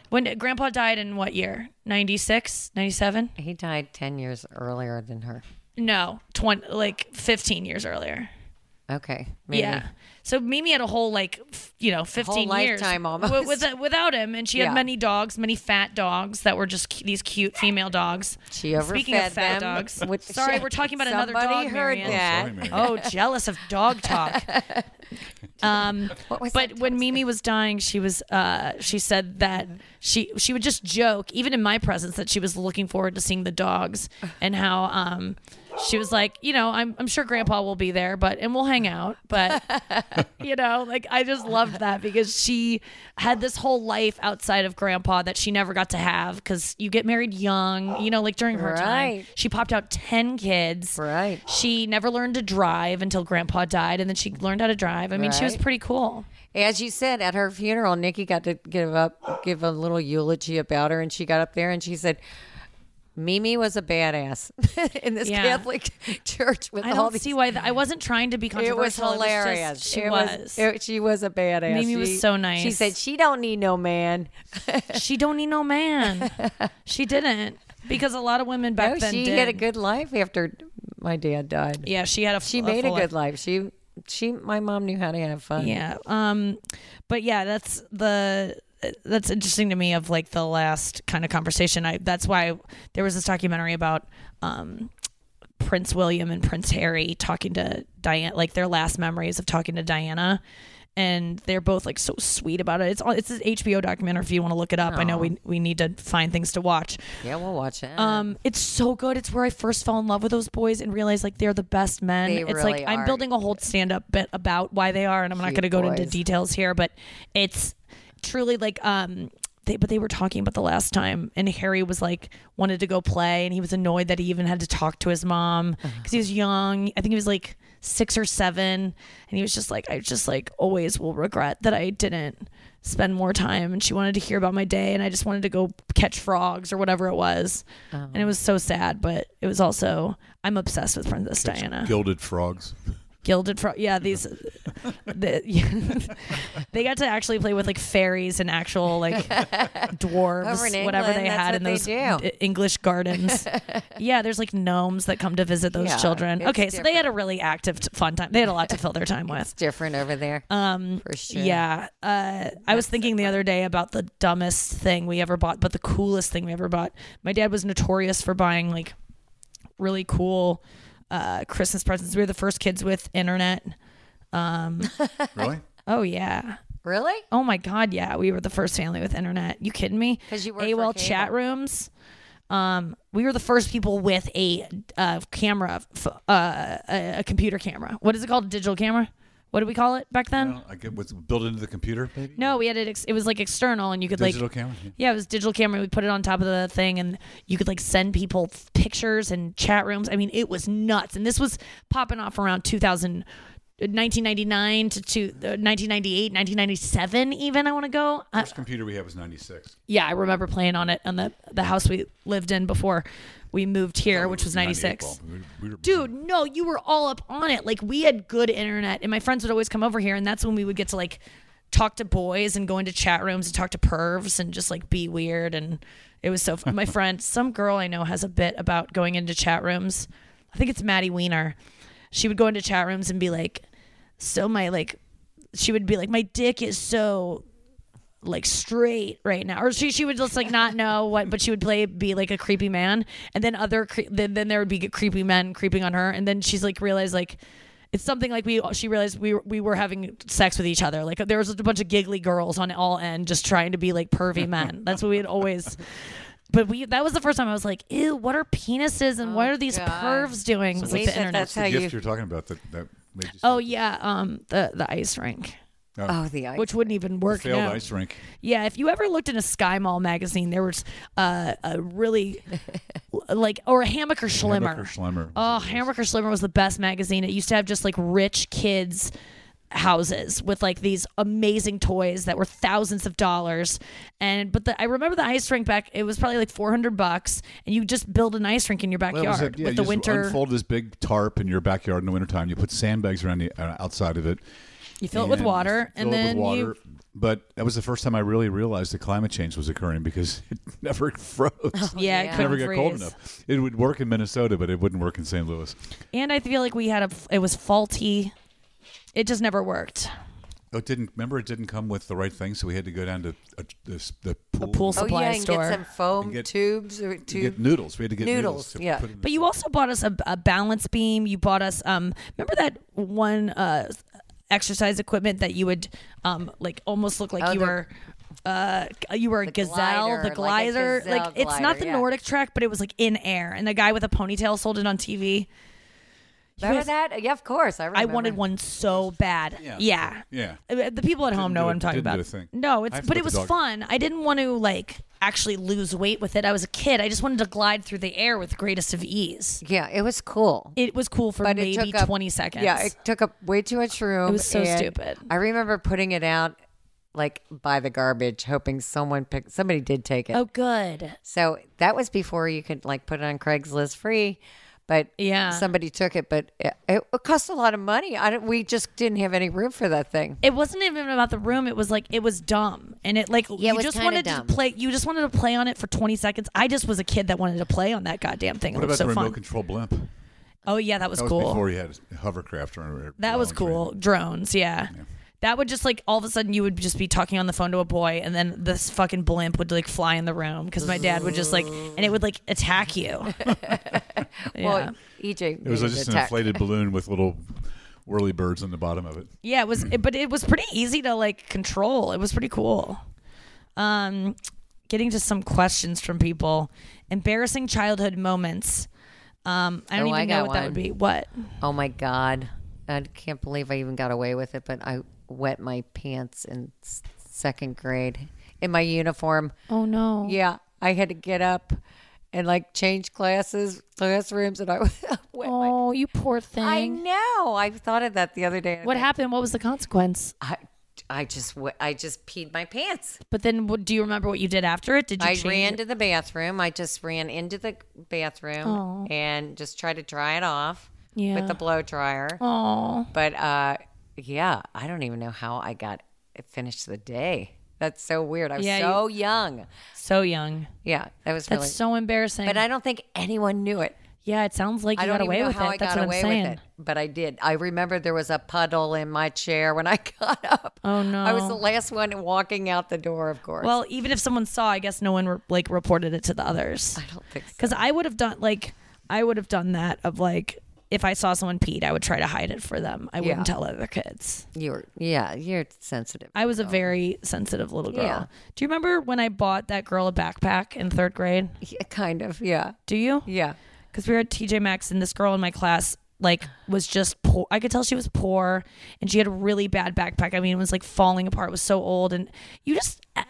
Speaker 3: when Grandpa died in what year? 96, 97?
Speaker 5: He died ten years earlier than her.
Speaker 3: No, 20, like 15 years earlier.
Speaker 5: Okay, maybe.
Speaker 3: Yeah. So Mimi had a whole like f- you know fifteen
Speaker 5: Whole
Speaker 3: years
Speaker 5: lifetime
Speaker 3: wi-
Speaker 5: almost.
Speaker 3: with, without him, and she had
Speaker 5: Yeah.
Speaker 3: many dogs, many fat dogs that were just cu- these cute female dogs.
Speaker 5: She overfed
Speaker 3: Speaking of fat
Speaker 5: them
Speaker 3: dogs,
Speaker 5: with-
Speaker 3: sorry, we're talking about another
Speaker 5: Somebody
Speaker 3: dog.
Speaker 5: heard
Speaker 3: Marianne.
Speaker 5: that.
Speaker 4: Sorry, Mary.
Speaker 3: Oh, jealous of dog talk. Um,
Speaker 5: What was
Speaker 3: but
Speaker 5: that
Speaker 3: when Mimi was dying, she was uh, she said that she she would just joke, even in my presence, that she was looking forward to seeing the dogs and how um, she was like, you know, I'm I'm sure grandpa will be there, but and we'll hang out. But you know, like I just loved that because she had this whole life outside of grandpa that she never got to have because you get married young, you know, like during her time.
Speaker 5: Right.
Speaker 3: She popped out ten kids.
Speaker 5: Right.
Speaker 3: She never learned to drive until grandpa died and then she learned how to drive. I mean, she was
Speaker 5: Right.
Speaker 3: pretty cool.
Speaker 5: As you said, at her funeral, Nikki got to give up, give a little eulogy about her, and she got up there and she said, "Mimi was a badass in this
Speaker 3: Yeah.
Speaker 5: Catholic church with
Speaker 3: I
Speaker 5: all
Speaker 3: don't
Speaker 5: these."
Speaker 3: see why th- I wasn't trying to be
Speaker 5: it
Speaker 3: controversial.
Speaker 5: was
Speaker 3: just-
Speaker 5: hilarious.
Speaker 3: she
Speaker 5: It
Speaker 3: was.
Speaker 5: it- she was a badass.
Speaker 3: Mimi was
Speaker 5: She-
Speaker 3: so nice.
Speaker 5: She said she don't need no man.
Speaker 3: she don't need no man. she didn't because a lot of women back
Speaker 5: No,
Speaker 3: then
Speaker 5: she
Speaker 3: did.
Speaker 5: had a good life after my dad died.
Speaker 3: yeah, she had a.
Speaker 5: She made a good life. She she my mom knew how to have fun.
Speaker 3: Yeah. Um, but yeah, that's the that's interesting to me of like the last kind of conversation. I that's why there was this documentary about um Prince William and Prince Harry talking to Diana, like their last memories of talking to Diana. And they're both like so sweet about it. It's all it's an HBO documentary if you want to look it up. I know we we need to find things to watch.
Speaker 5: Yeah, we'll watch it.
Speaker 3: Um, it's so good. It's where I first fell in love with those boys and realized like they're the best men.
Speaker 5: They
Speaker 3: it's like
Speaker 5: really
Speaker 3: I'm
Speaker 5: are.
Speaker 3: building a whole stand up bit about why they are, and I'm not
Speaker 5: Cute
Speaker 3: going to go into
Speaker 5: boys.
Speaker 3: details here, but it's truly like um. They, but they were talking about the last time, and Harry was like wanted to go play, and he was annoyed that he even had to talk to his mom because he was young. I think he was like six or seven, and he was just like, I just like always will regret that I didn't spend more time. And she wanted to hear about my day, and I just wanted to go catch frogs or whatever it was, and it was so sad. But it was also I'm obsessed with Princess Diana
Speaker 4: Gilded frogs.
Speaker 3: gilded frog. Yeah, these the, they got to actually play with like fairies and actual like dwarves,
Speaker 5: Over in
Speaker 3: whatever
Speaker 5: England,
Speaker 3: they
Speaker 5: that's
Speaker 3: had
Speaker 5: what
Speaker 3: in
Speaker 5: they
Speaker 3: those
Speaker 5: do.
Speaker 3: e- English gardens. yeah, there's like gnomes that come to visit those
Speaker 5: Yeah,
Speaker 3: children.
Speaker 5: it's
Speaker 3: Okay, so they had a really active, t- fun time. They had a lot to fill their time with.
Speaker 5: it's different over there. Um for sure.
Speaker 3: Yeah. Uh, I was thinking the other day about the dumbest thing we ever bought, but the coolest thing we ever bought. My dad was notorious for buying like really cool uh, Christmas presents. We were the first kids with internet.
Speaker 4: Really?
Speaker 3: Oh, yeah.
Speaker 5: Really?
Speaker 3: Oh my God, yeah, we were the first family with internet. You kidding me?
Speaker 5: 'Cause you worked for
Speaker 3: AOL
Speaker 5: cable.
Speaker 3: chat rooms. Um, we were the first people with a uh, camera, f- uh, a, a computer camera. What is it called? A digital camera? What did we call it back then?
Speaker 4: I get what's built into the computer, maybe?
Speaker 3: Um, No, we had it. Ex- it was like external, and you could
Speaker 4: Digital
Speaker 3: like
Speaker 4: camera? Yeah.
Speaker 3: yeah, it was digital camera. We put it on top of the thing, and you could like send people f- pictures and chat rooms. I mean, it was nuts. And this was popping off around 2000, 1999 to two, uh, 1998, 1997, even. I want to go. I,
Speaker 4: First computer we had was 96.
Speaker 3: yeah, I remember playing on it on the, the house we lived in before we moved here, which was 96
Speaker 4: Well, we were- we were-
Speaker 3: dude no you were all up on it like we had good internet and my friends would always come over here and that's when we would get to like talk to boys and go into chat rooms and talk to pervs and just like be weird and it was so fun. my friend some girl i know has a bit about going into chat rooms i think it's maddie wiener she would go into chat rooms and be like so my like she would be like my dick is so like straight right now or she she would just like not know what but she would play be like a creepy man and then other cre- then, then there would be creepy men creeping on her and then she's like realized like it's something like we she realized we were- we were having sex with each other like there was just a bunch of giggly girls on all end just trying to be like pervy men that's what we had always but we that was the first time I was like ew what are penises and what are these
Speaker 5: Oh God.
Speaker 3: pervs doing with the
Speaker 5: we said
Speaker 3: internet
Speaker 5: that's
Speaker 4: the
Speaker 5: how
Speaker 4: gift
Speaker 5: you-
Speaker 4: are talking about that, that made you
Speaker 3: oh yeah um the the ice rink
Speaker 5: Oh, the ice.
Speaker 3: which wouldn't even work
Speaker 4: failed
Speaker 3: now.
Speaker 4: ice rink.
Speaker 3: Yeah, if you ever looked in a Sky Mall magazine, there was uh, a really like or a Hammacher Schlemmer.
Speaker 4: Hammacher Schlemmer was
Speaker 3: Oh,
Speaker 4: the
Speaker 3: Hammacher Schlemmer was the best magazine. It used to have just like rich kids houses with like these amazing toys that were thousands of dollars and but the, I remember the ice rink back it was probably like 400 bucks and you just build an ice rink in your
Speaker 4: Well,
Speaker 3: backyard
Speaker 4: it was a- yeah,
Speaker 3: with
Speaker 4: you
Speaker 3: the
Speaker 4: just
Speaker 3: winter
Speaker 4: unfold this big tarp in your backyard in the wintertime. You put sandbags around the uh, outside of it.
Speaker 3: you fill it with
Speaker 4: and
Speaker 3: water
Speaker 4: fill
Speaker 3: and
Speaker 4: it with
Speaker 3: then
Speaker 4: water.
Speaker 3: you
Speaker 4: But that was the first time I really realized that climate change was occurring because it never froze.
Speaker 3: yeah, it
Speaker 5: yeah.
Speaker 3: couldn't
Speaker 4: never got cold
Speaker 3: freeze.
Speaker 4: enough. It would work in Minnesota, but it wouldn't work in St. Louis.
Speaker 3: And I feel like we had a it was faulty. It just never worked.
Speaker 4: Oh, it didn't. Remember, it didn't come with the right thing, so we had to go down to a, the, the pool.
Speaker 3: pool
Speaker 5: Oh
Speaker 3: supply
Speaker 5: yeah, and
Speaker 3: store.
Speaker 5: get some foam
Speaker 4: And get-
Speaker 5: tubes or
Speaker 4: to
Speaker 5: tube
Speaker 4: get noodles. We had to get
Speaker 5: Noodles,
Speaker 4: noodles. to
Speaker 5: yeah.
Speaker 4: put in the-
Speaker 3: But you also bought us a, a balance beam. You bought us um remember that one uh exercise equipment that you would um like almost look like you
Speaker 5: Oh, the-
Speaker 3: were uh, you were a gazelle,
Speaker 5: glider,
Speaker 3: the
Speaker 5: like a
Speaker 3: glider. Like,
Speaker 5: gazelle
Speaker 3: it's not
Speaker 5: glider,
Speaker 3: the
Speaker 5: yeah.
Speaker 3: Nordic track, but it was like in air. And the guy with a ponytail sold it on TV. You
Speaker 5: Remember
Speaker 3: guys-
Speaker 5: that? Yeah, of course. I remember.
Speaker 3: I wanted one so bad. Yeah.
Speaker 4: Yeah.
Speaker 3: Uh, The people at home know
Speaker 4: do
Speaker 3: what
Speaker 4: it-
Speaker 3: I'm talking
Speaker 4: didn't
Speaker 3: about.
Speaker 4: do a thing.
Speaker 3: No,
Speaker 4: I
Speaker 3: it's
Speaker 4: have to
Speaker 3: but
Speaker 4: put
Speaker 3: it
Speaker 4: the
Speaker 3: was
Speaker 4: dog-
Speaker 3: fun. I didn't want to like actually lose weight with it. I was a kid. I just wanted to glide through the air with greatest of ease.
Speaker 5: Yeah, it was cool.
Speaker 3: It was cool for
Speaker 5: but it
Speaker 3: maybe
Speaker 5: took up,
Speaker 3: 20 seconds.
Speaker 5: Yeah, it took up way too much room. It
Speaker 3: was so stupid.
Speaker 5: I remember putting it out like by the garbage, hoping someone picked. Somebody did take it.
Speaker 3: oh, good.
Speaker 5: So that was before you could like put it on Craigslist free. But
Speaker 3: Yeah.
Speaker 5: somebody took it, but it, it cost a lot of money. I don't, we just didn't have any room for that thing.
Speaker 3: It wasn't even about the room. It was like it was dumb, and it like
Speaker 5: it
Speaker 3: you
Speaker 5: was
Speaker 3: just
Speaker 5: kinda
Speaker 3: wanted
Speaker 5: dumb.
Speaker 3: to play. You just wanted to play on it for 20 seconds. I just was a kid that wanted to play on that goddamn thing.
Speaker 4: What
Speaker 3: it
Speaker 4: about
Speaker 3: was so
Speaker 4: the remote
Speaker 3: fun.
Speaker 4: control blimp? That
Speaker 3: Oh yeah, that was,
Speaker 4: was
Speaker 3: cool.
Speaker 4: before you had hovercraft or
Speaker 3: That was cool. Drones, yeah. That would just like all of a sudden you would just be talking on the phone to a boy, and then this fucking blimp would like fly in the room because my dad would just like, and it would like attack you. yeah.
Speaker 5: Well, E EJ,
Speaker 4: It was just an inflated balloon with little whirly birds on the bottom of it.
Speaker 3: yeah, it was, it, but it was pretty easy to like control. It was pretty cool. Um, getting to some questions from people, embarrassing childhood moments. Um, I don't
Speaker 5: Oh,
Speaker 3: even
Speaker 5: I
Speaker 3: know
Speaker 5: got
Speaker 3: what that would
Speaker 5: one.
Speaker 3: be. What?
Speaker 5: Oh my God. I can't believe I even got away with it, but I wet my pants in s- second grade in my uniform.
Speaker 3: Oh no.
Speaker 5: Yeah, I had to get up and like change classes, classrooms, and I was wet my.
Speaker 3: Oh, you poor thing.
Speaker 5: I know. I thought of that the other day.
Speaker 3: what happened? What was the consequence?
Speaker 5: I, I just wa- I just peed my pants.
Speaker 3: But then, what, do you remember what you did after it? Did you
Speaker 5: I
Speaker 3: change
Speaker 5: ran
Speaker 3: it?
Speaker 5: to the bathroom. I just ran into the bathroom
Speaker 3: Aw.
Speaker 5: and just tried to dry it off
Speaker 3: Yeah.
Speaker 5: with the blow dryer.
Speaker 3: Oh,
Speaker 5: But uh, yeah, I don't even know how I got it finished the day. That's so weird. I was
Speaker 3: Yeah,
Speaker 5: so young.
Speaker 3: so young.
Speaker 5: Yeah, that was
Speaker 3: That's
Speaker 5: really.
Speaker 3: so embarrassing.
Speaker 5: but I don't think anyone knew it.
Speaker 3: yeah, it sounds like you
Speaker 5: I don't
Speaker 3: got
Speaker 5: even
Speaker 3: away
Speaker 5: know
Speaker 3: with
Speaker 5: how I
Speaker 3: it. That's
Speaker 5: got
Speaker 3: what I'm
Speaker 5: away
Speaker 3: saying.
Speaker 5: with it, but I did. I remember there was a puddle in my chair when I got up.
Speaker 3: Oh,
Speaker 5: I was
Speaker 3: no.
Speaker 5: the last one walking out the door, of course.
Speaker 3: Well, even if someone saw, I guess no one re- like reported it to the others.
Speaker 5: I don't think so.
Speaker 3: Because I would have done like I would have done that of like if I saw someone peed, I would try to hide it for them. I wouldn't tell other kids.
Speaker 5: You were, yeah, you're sensitive.
Speaker 3: I was a very sensitive little girl.
Speaker 5: Yeah.
Speaker 3: Do you remember when I bought that girl a backpack in third grade?
Speaker 5: Yeah, kind of, yeah,
Speaker 3: Do you?
Speaker 5: yeah.
Speaker 3: because we were at TJ Maxx and this girl in my class like was just poor. I could tell she was poor and she had a really bad backpack. I mean, it was like falling apart. It was so old and you just uh,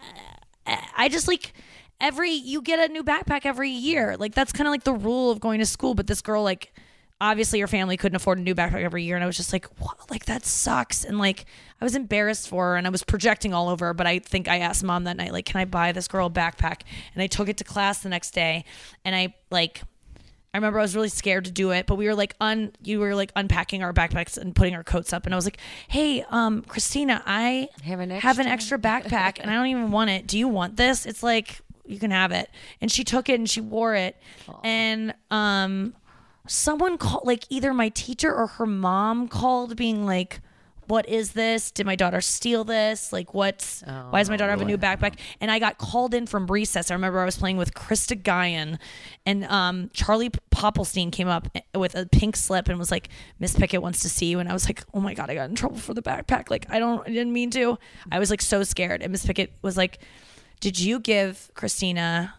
Speaker 3: I just like every you get a new backpack every year. Like that's kind of like the rule of going to school, but this girl like obviously her family couldn't afford a new backpack every year and I was just like, "What? Like that sucks." And like I was embarrassed for her and I was projecting all over, her, but I think I asked mom that night like, "Can I buy this girl a backpack?" And I took it to class the next day and I like I remember I was really scared to do it, but we were like un you were like unpacking our backpacks and putting our coats up and I was like, "Hey, um Christina, I
Speaker 5: Have an
Speaker 3: have an extra backpack and I don't even want it. Do you want this? It's like you can have it. And she took it and she wore it. And um someone called like either my teacher or her mom called being like what is this? Did my daughter steal this? Like, what's why does my daughter have a new backpack? And I got called in from recess. I remember I was playing with Krista Guyan, and um, Charlie Popplestein came up eh, with a pink slip and was like, "Miss Pickett wants to see you." And I was like, "Oh my god, I got in trouble for the backpack. Like, I don't, I didn't mean to. I was like so scared." And Miss Pickett was like, "Did you give Christina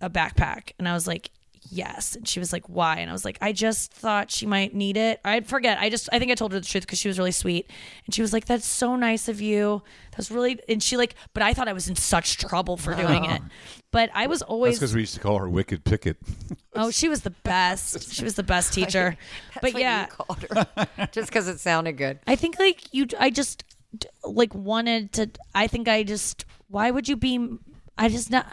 Speaker 3: a backpack?" And I was like, yes and she was like why and i was like i just thought she might need it i forget i just i think i told her the truth because she was really sweet and she was like that's so nice of you that was really and she like but i thought i was in such trouble for doing it but i was
Speaker 4: That's
Speaker 3: always
Speaker 4: because we used to call her Wicked Picket.
Speaker 3: oh she was the best she was the best teacher
Speaker 5: That's
Speaker 3: but
Speaker 5: what
Speaker 3: yeah
Speaker 5: you called her just because it sounded good.
Speaker 3: I think like you, I just d- like wanted to. I think I just. Why would you be? I just not.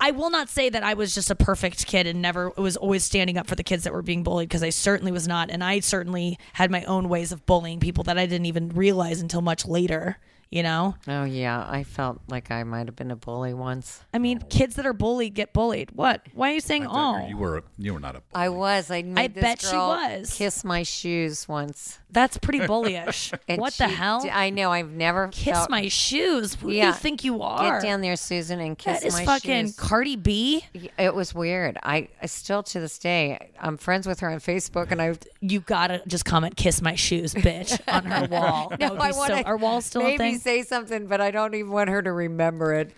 Speaker 3: I will not say that I was just a perfect kid and never was always standing up for the kids that were being bullied because I certainly was not, and I certainly had my own ways of bullying people that I didn't even realize until much later. You know,
Speaker 5: Oh yeah, I felt like I might have been a bully once.
Speaker 3: I mean, kids that are bullied get bullied. What? Why are you saying? Oh,
Speaker 4: You were a, you were not a.
Speaker 5: I was. I made this
Speaker 3: bet she
Speaker 5: girl
Speaker 3: was.
Speaker 5: kiss my shoes once.
Speaker 3: that's pretty bullyish.
Speaker 5: And
Speaker 3: what the
Speaker 5: she
Speaker 3: hell?
Speaker 5: d- I know. I've never
Speaker 3: Kiss
Speaker 5: felt-
Speaker 3: my shoes. Who do you
Speaker 5: Yeah.
Speaker 3: think you are?
Speaker 5: Get down there, Susan, and kiss
Speaker 3: that is
Speaker 5: my
Speaker 3: fucking
Speaker 5: shoes.
Speaker 3: Cardi B.
Speaker 5: It was weird. I, I still to this day, I'm friends with her on Facebook, and I
Speaker 3: you gotta just comment "kiss my shoes, bitch" on her wall. That would be
Speaker 5: I
Speaker 3: so,
Speaker 5: wanna-
Speaker 3: our wall's Oh, still
Speaker 5: maybe
Speaker 3: a thing.
Speaker 5: say something, but I don't even want her to remember it.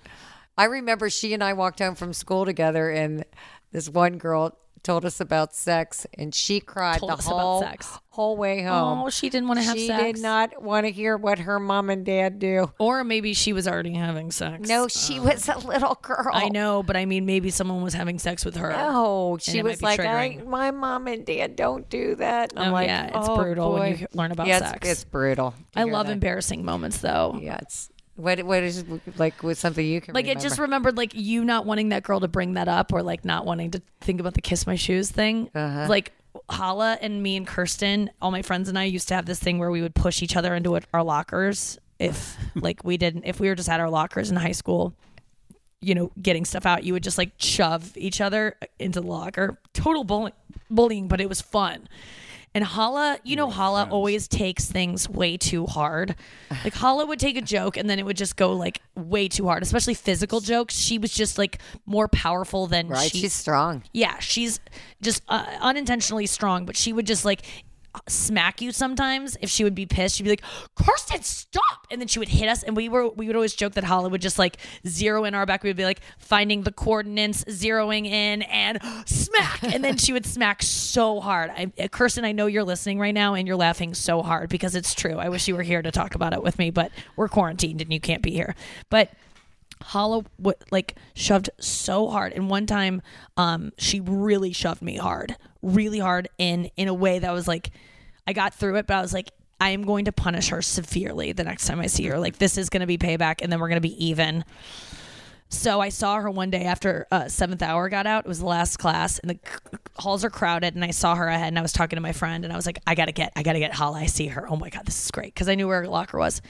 Speaker 5: I remember she and I walked home from school together, and this one girl told us about sex, and she cried
Speaker 3: Told
Speaker 5: the
Speaker 3: us about
Speaker 5: whole
Speaker 3: sex.
Speaker 5: whole way home.
Speaker 3: Oh, she didn't wanna have
Speaker 5: She
Speaker 3: sex?
Speaker 5: did not want to hear what her mom and dad do.
Speaker 3: Or maybe she was already having sex.
Speaker 5: No, she Oh. was a little girl.
Speaker 3: Oh. I know, but I mean, maybe someone was having sex with her.
Speaker 5: Oh,
Speaker 3: it
Speaker 5: she
Speaker 3: might
Speaker 5: was
Speaker 3: be
Speaker 5: like, I,
Speaker 3: triggering.
Speaker 5: my mom and dad don't do that. And I'm
Speaker 3: Oh,
Speaker 5: like,
Speaker 3: yeah, it's
Speaker 5: "Oh,
Speaker 3: brutal when
Speaker 5: boy."
Speaker 3: you learn about
Speaker 5: yeah,
Speaker 3: sex.
Speaker 5: It's, it's brutal. to
Speaker 3: I
Speaker 5: hear
Speaker 3: love
Speaker 5: that.
Speaker 3: embarrassing moments, though.
Speaker 5: Yeah, it's what what is like with something you can
Speaker 3: Like
Speaker 5: remember.
Speaker 3: it just remembered like you not wanting that girl to bring that up or like not wanting to think about the kiss my shoes thing. Like Hala and me and Kirsten, all my friends and I used to have this thing where we would push each other into our lockers if like we didn't if we were just at our lockers in high school. You know, getting stuff out, you would just like shove each other into the locker. Total bullying, bullying, but it was fun. And Hala, you know, Hala always takes things way too hard. Like Hala would take a joke and then it would just go like way too hard, especially physical jokes. She was just like more powerful than
Speaker 5: right.
Speaker 3: she
Speaker 5: She's strong.
Speaker 3: yeah, she's just uh, unintentionally strong, but she would just like smack you sometimes if she would be pissed she'd be like kirsten stop and then she would hit us and we were we would always joke that holly would just like zero in our back we would be like finding the coordinates zeroing in and smack and then she would smack so hard I, uh, kirsten i know you're listening right now and you're laughing so hard because it's true i wish you were here to talk about it with me but we're quarantined and you can't be here but Hollow what like shoved so hard and one time um she really shoved me hard really hard in in a way that was like I got through it but I was like I am going to punish her severely the next time I see her like this is going to be payback and then we're going to be even so I saw her one day after uh, seventh hour got out. It was the last class, and the c- halls are crowded. And I saw her ahead, and I was talking to my friend, and I was like, "I gotta get, I gotta get Hala. I see her. Oh my god, this is great." Because I knew where her locker was,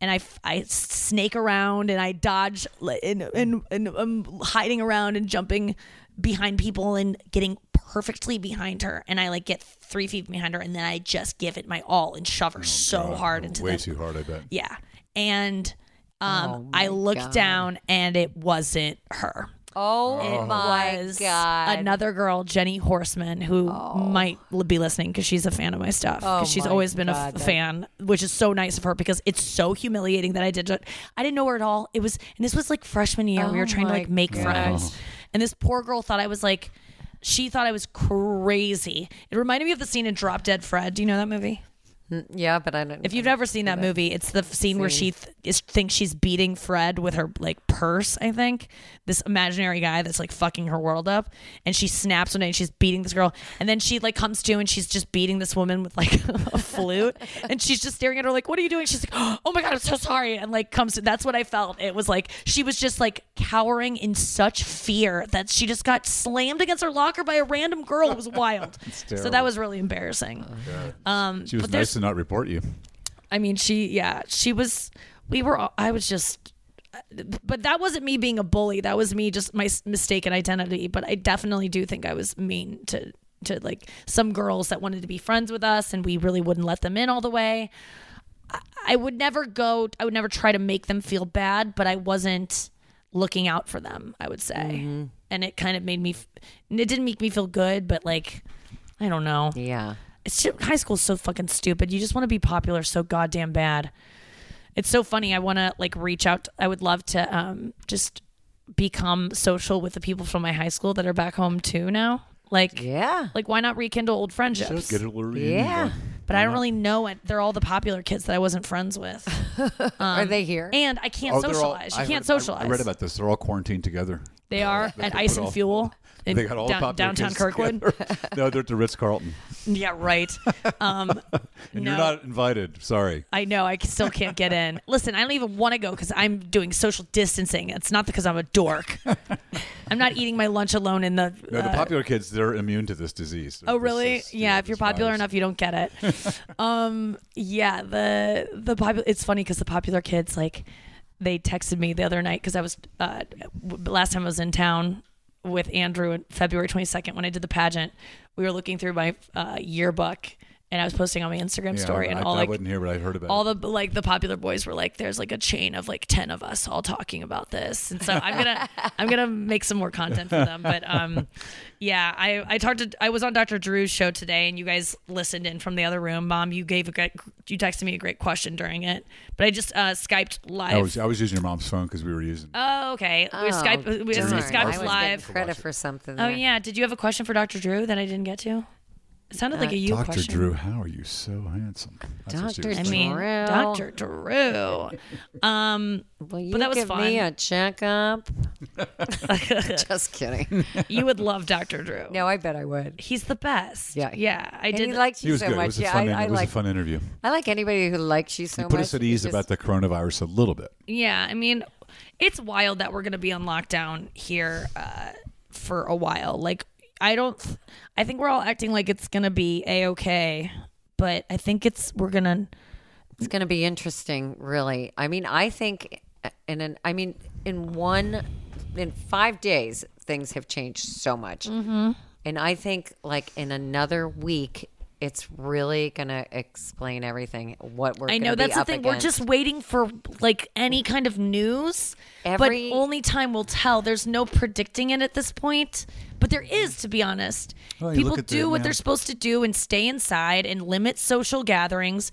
Speaker 3: and I, f- I snake around and I dodge li- and and and I'm um, hiding around and jumping behind people and getting perfectly behind her, and I like get three feet behind her, and then I just give it my all and shove her so hard into
Speaker 4: Oh, Way
Speaker 3: the
Speaker 4: too hard, I bet.
Speaker 3: yeah. And um, I looked down and it wasn't her.
Speaker 5: Oh, my
Speaker 3: It was
Speaker 5: god. Oh.
Speaker 3: another girl, Jenny Horseman, who might l- be listening because she's a fan of my stuff. Because she's
Speaker 5: my
Speaker 3: always been a
Speaker 5: God,
Speaker 3: f-
Speaker 5: that-
Speaker 3: fan, which is so nice of her because it's so humiliating that I did it. I didn't know her at all. It was, and this was like freshman year. we
Speaker 5: Oh
Speaker 3: were trying to
Speaker 5: my
Speaker 3: like make friends. And this poor girl thought I was like, she thought I was crazy. It reminded me of the scene in Drop Dead Fred. Do you know that movie?
Speaker 5: yeah, but I don't.
Speaker 3: If you've never seen that movie, it's the f- scene where she th- is, thinks she's beating Fred with her like purse. I think this imaginary guy that's like fucking her world up, and she snaps one day and she's beating this girl, and then she like comes to and she's just beating this woman with like a flute, and she's just staring at her like, "What are you doing?" She's like, "Oh my god, I'm so sorry," and like comes. to That's what I felt. It was like she was just like cowering in such fear that she just got slammed against her locker by a random girl. It was wild. so that was really embarrassing.
Speaker 4: She was
Speaker 3: Mm, But
Speaker 4: nice
Speaker 3: there's-
Speaker 4: to not report you.
Speaker 3: I mean, she, yeah, she was, we were, all, I was just, but that wasn't me being a bully. That was me just my s- mistaken identity. But I definitely do think I was mean to, to like some girls that wanted to be friends with us and we really wouldn't let them in all the way. I, I would never go, I would never try to make them feel bad, but I wasn't looking out for them, I would say. And it kind of made me, f- and it didn't make me feel good, but like, I don't know
Speaker 5: yeah.
Speaker 3: it's just, high school's so fucking stupid. You just want to be popular so goddamn bad. It's so funny. I want to like reach out. I would love to um just become social with the people from my high school that are back home too now. Like
Speaker 5: Yeah.
Speaker 3: like why not rekindle old friendships?
Speaker 4: Get a little reunion
Speaker 5: Yeah.
Speaker 4: going.
Speaker 3: but I don't really know it. They're all the popular kids that I wasn't friends with,
Speaker 5: Are they here?
Speaker 3: Um, and I can't
Speaker 4: Oh, they're all-
Speaker 3: socialize.
Speaker 4: I
Speaker 3: you can't
Speaker 4: heard- I-
Speaker 3: socialize.
Speaker 4: I read about this. They're all quarantined together.
Speaker 3: they are at Ice and
Speaker 4: all-
Speaker 3: Fuel. In
Speaker 4: They got all
Speaker 3: down-
Speaker 4: the popular
Speaker 3: downtown
Speaker 4: kids
Speaker 3: Kirkwood.
Speaker 4: together. no, they're at the Ritz Carlton,
Speaker 3: yeah, right. Um,
Speaker 4: and
Speaker 3: no.
Speaker 4: you're not invited. Sorry.
Speaker 3: I know. I still can't get in. Listen, I don't even want to go because I'm doing social distancing. It's not because I'm a dork. I'm not eating my lunch alone in the.
Speaker 4: No, the
Speaker 3: uh,
Speaker 4: popular kids, they're immune to this disease.
Speaker 3: oh, really? yeah. If you're popular enough, you don't get it. um. Yeah. The the popular. It's funny because the popular kids like they texted me the other night because I was uh, w- last time I was in town with Andrew on February 22nd when I did the pageant. We were looking through my uh, yearbook and I was posting on my Instagram
Speaker 4: Yeah,
Speaker 3: story, and
Speaker 4: I,
Speaker 3: all
Speaker 4: I
Speaker 3: like
Speaker 4: wasn't here, but I heard about
Speaker 3: all
Speaker 4: it.
Speaker 3: the like the popular boys were like, "There's like a chain of like ten of us all talking about this," and so I'm gonna I'm gonna make some more content for them. But um, yeah, I I talked to I was on Dr. Drew's show today, and you guys listened in from the other room. Mom, you gave a great you texted me a great question during it, but I just uh, skyped live.
Speaker 4: I was I was using your mom's phone because we were using.
Speaker 3: oh, okay. We
Speaker 5: Oh,
Speaker 3: Skype we
Speaker 5: darn. I was
Speaker 3: Skyped
Speaker 5: getting
Speaker 3: live.
Speaker 5: Credit for something.
Speaker 3: Oh
Speaker 5: there.
Speaker 3: yeah. Did you have a question for Dr. Drew that I didn't get to? It sounded
Speaker 5: Uh,
Speaker 3: like a you
Speaker 4: Doctor
Speaker 3: question.
Speaker 4: Drew, how are you so handsome? That's a
Speaker 5: Dr.
Speaker 4: serious
Speaker 3: I
Speaker 4: question.
Speaker 3: mean,
Speaker 5: Drew.
Speaker 3: Dr. Drew. Um,
Speaker 5: Will you
Speaker 3: that was
Speaker 5: give me
Speaker 3: fun.
Speaker 5: a checkup? Just kidding.
Speaker 3: you would love Dr. Drew.
Speaker 5: No, I bet I would.
Speaker 3: he's the best.
Speaker 5: Yeah.
Speaker 3: yeah. I
Speaker 5: And
Speaker 3: did.
Speaker 5: he liked
Speaker 4: he
Speaker 5: you
Speaker 4: was
Speaker 5: so
Speaker 4: good.
Speaker 5: much.
Speaker 4: it was a
Speaker 5: yeah,
Speaker 4: fun.
Speaker 5: I, I
Speaker 4: it was
Speaker 5: like.
Speaker 4: a fun interview.
Speaker 5: I like anybody who likes you so
Speaker 4: Put
Speaker 5: much.
Speaker 4: us at ease
Speaker 5: Just-
Speaker 4: about the coronavirus a little bit.
Speaker 3: yeah. I mean, it's wild that we're gonna be on lockdown here uh, for a while. Like, I don't. I think we're all acting like it's gonna be a okay, but I think it's we're gonna.
Speaker 5: It's going to be interesting, really. I mean, I think uh, in an, I mean, in one, in five days, things have changed so much. Mm-hmm. And I think like in another week, it's really going to explain everything, what we're
Speaker 3: I
Speaker 5: gonna
Speaker 3: know
Speaker 5: be
Speaker 3: that's the
Speaker 5: up
Speaker 3: thing. We're
Speaker 5: against.
Speaker 3: just waiting for like any kind of news,
Speaker 5: Every-
Speaker 3: but only time will tell. There's no predicting it at this point, but there is, to be honest.
Speaker 4: Well, you
Speaker 3: People
Speaker 4: look at the-
Speaker 3: do what
Speaker 4: yeah.
Speaker 3: they're supposed to do and stay inside and limit social gatherings.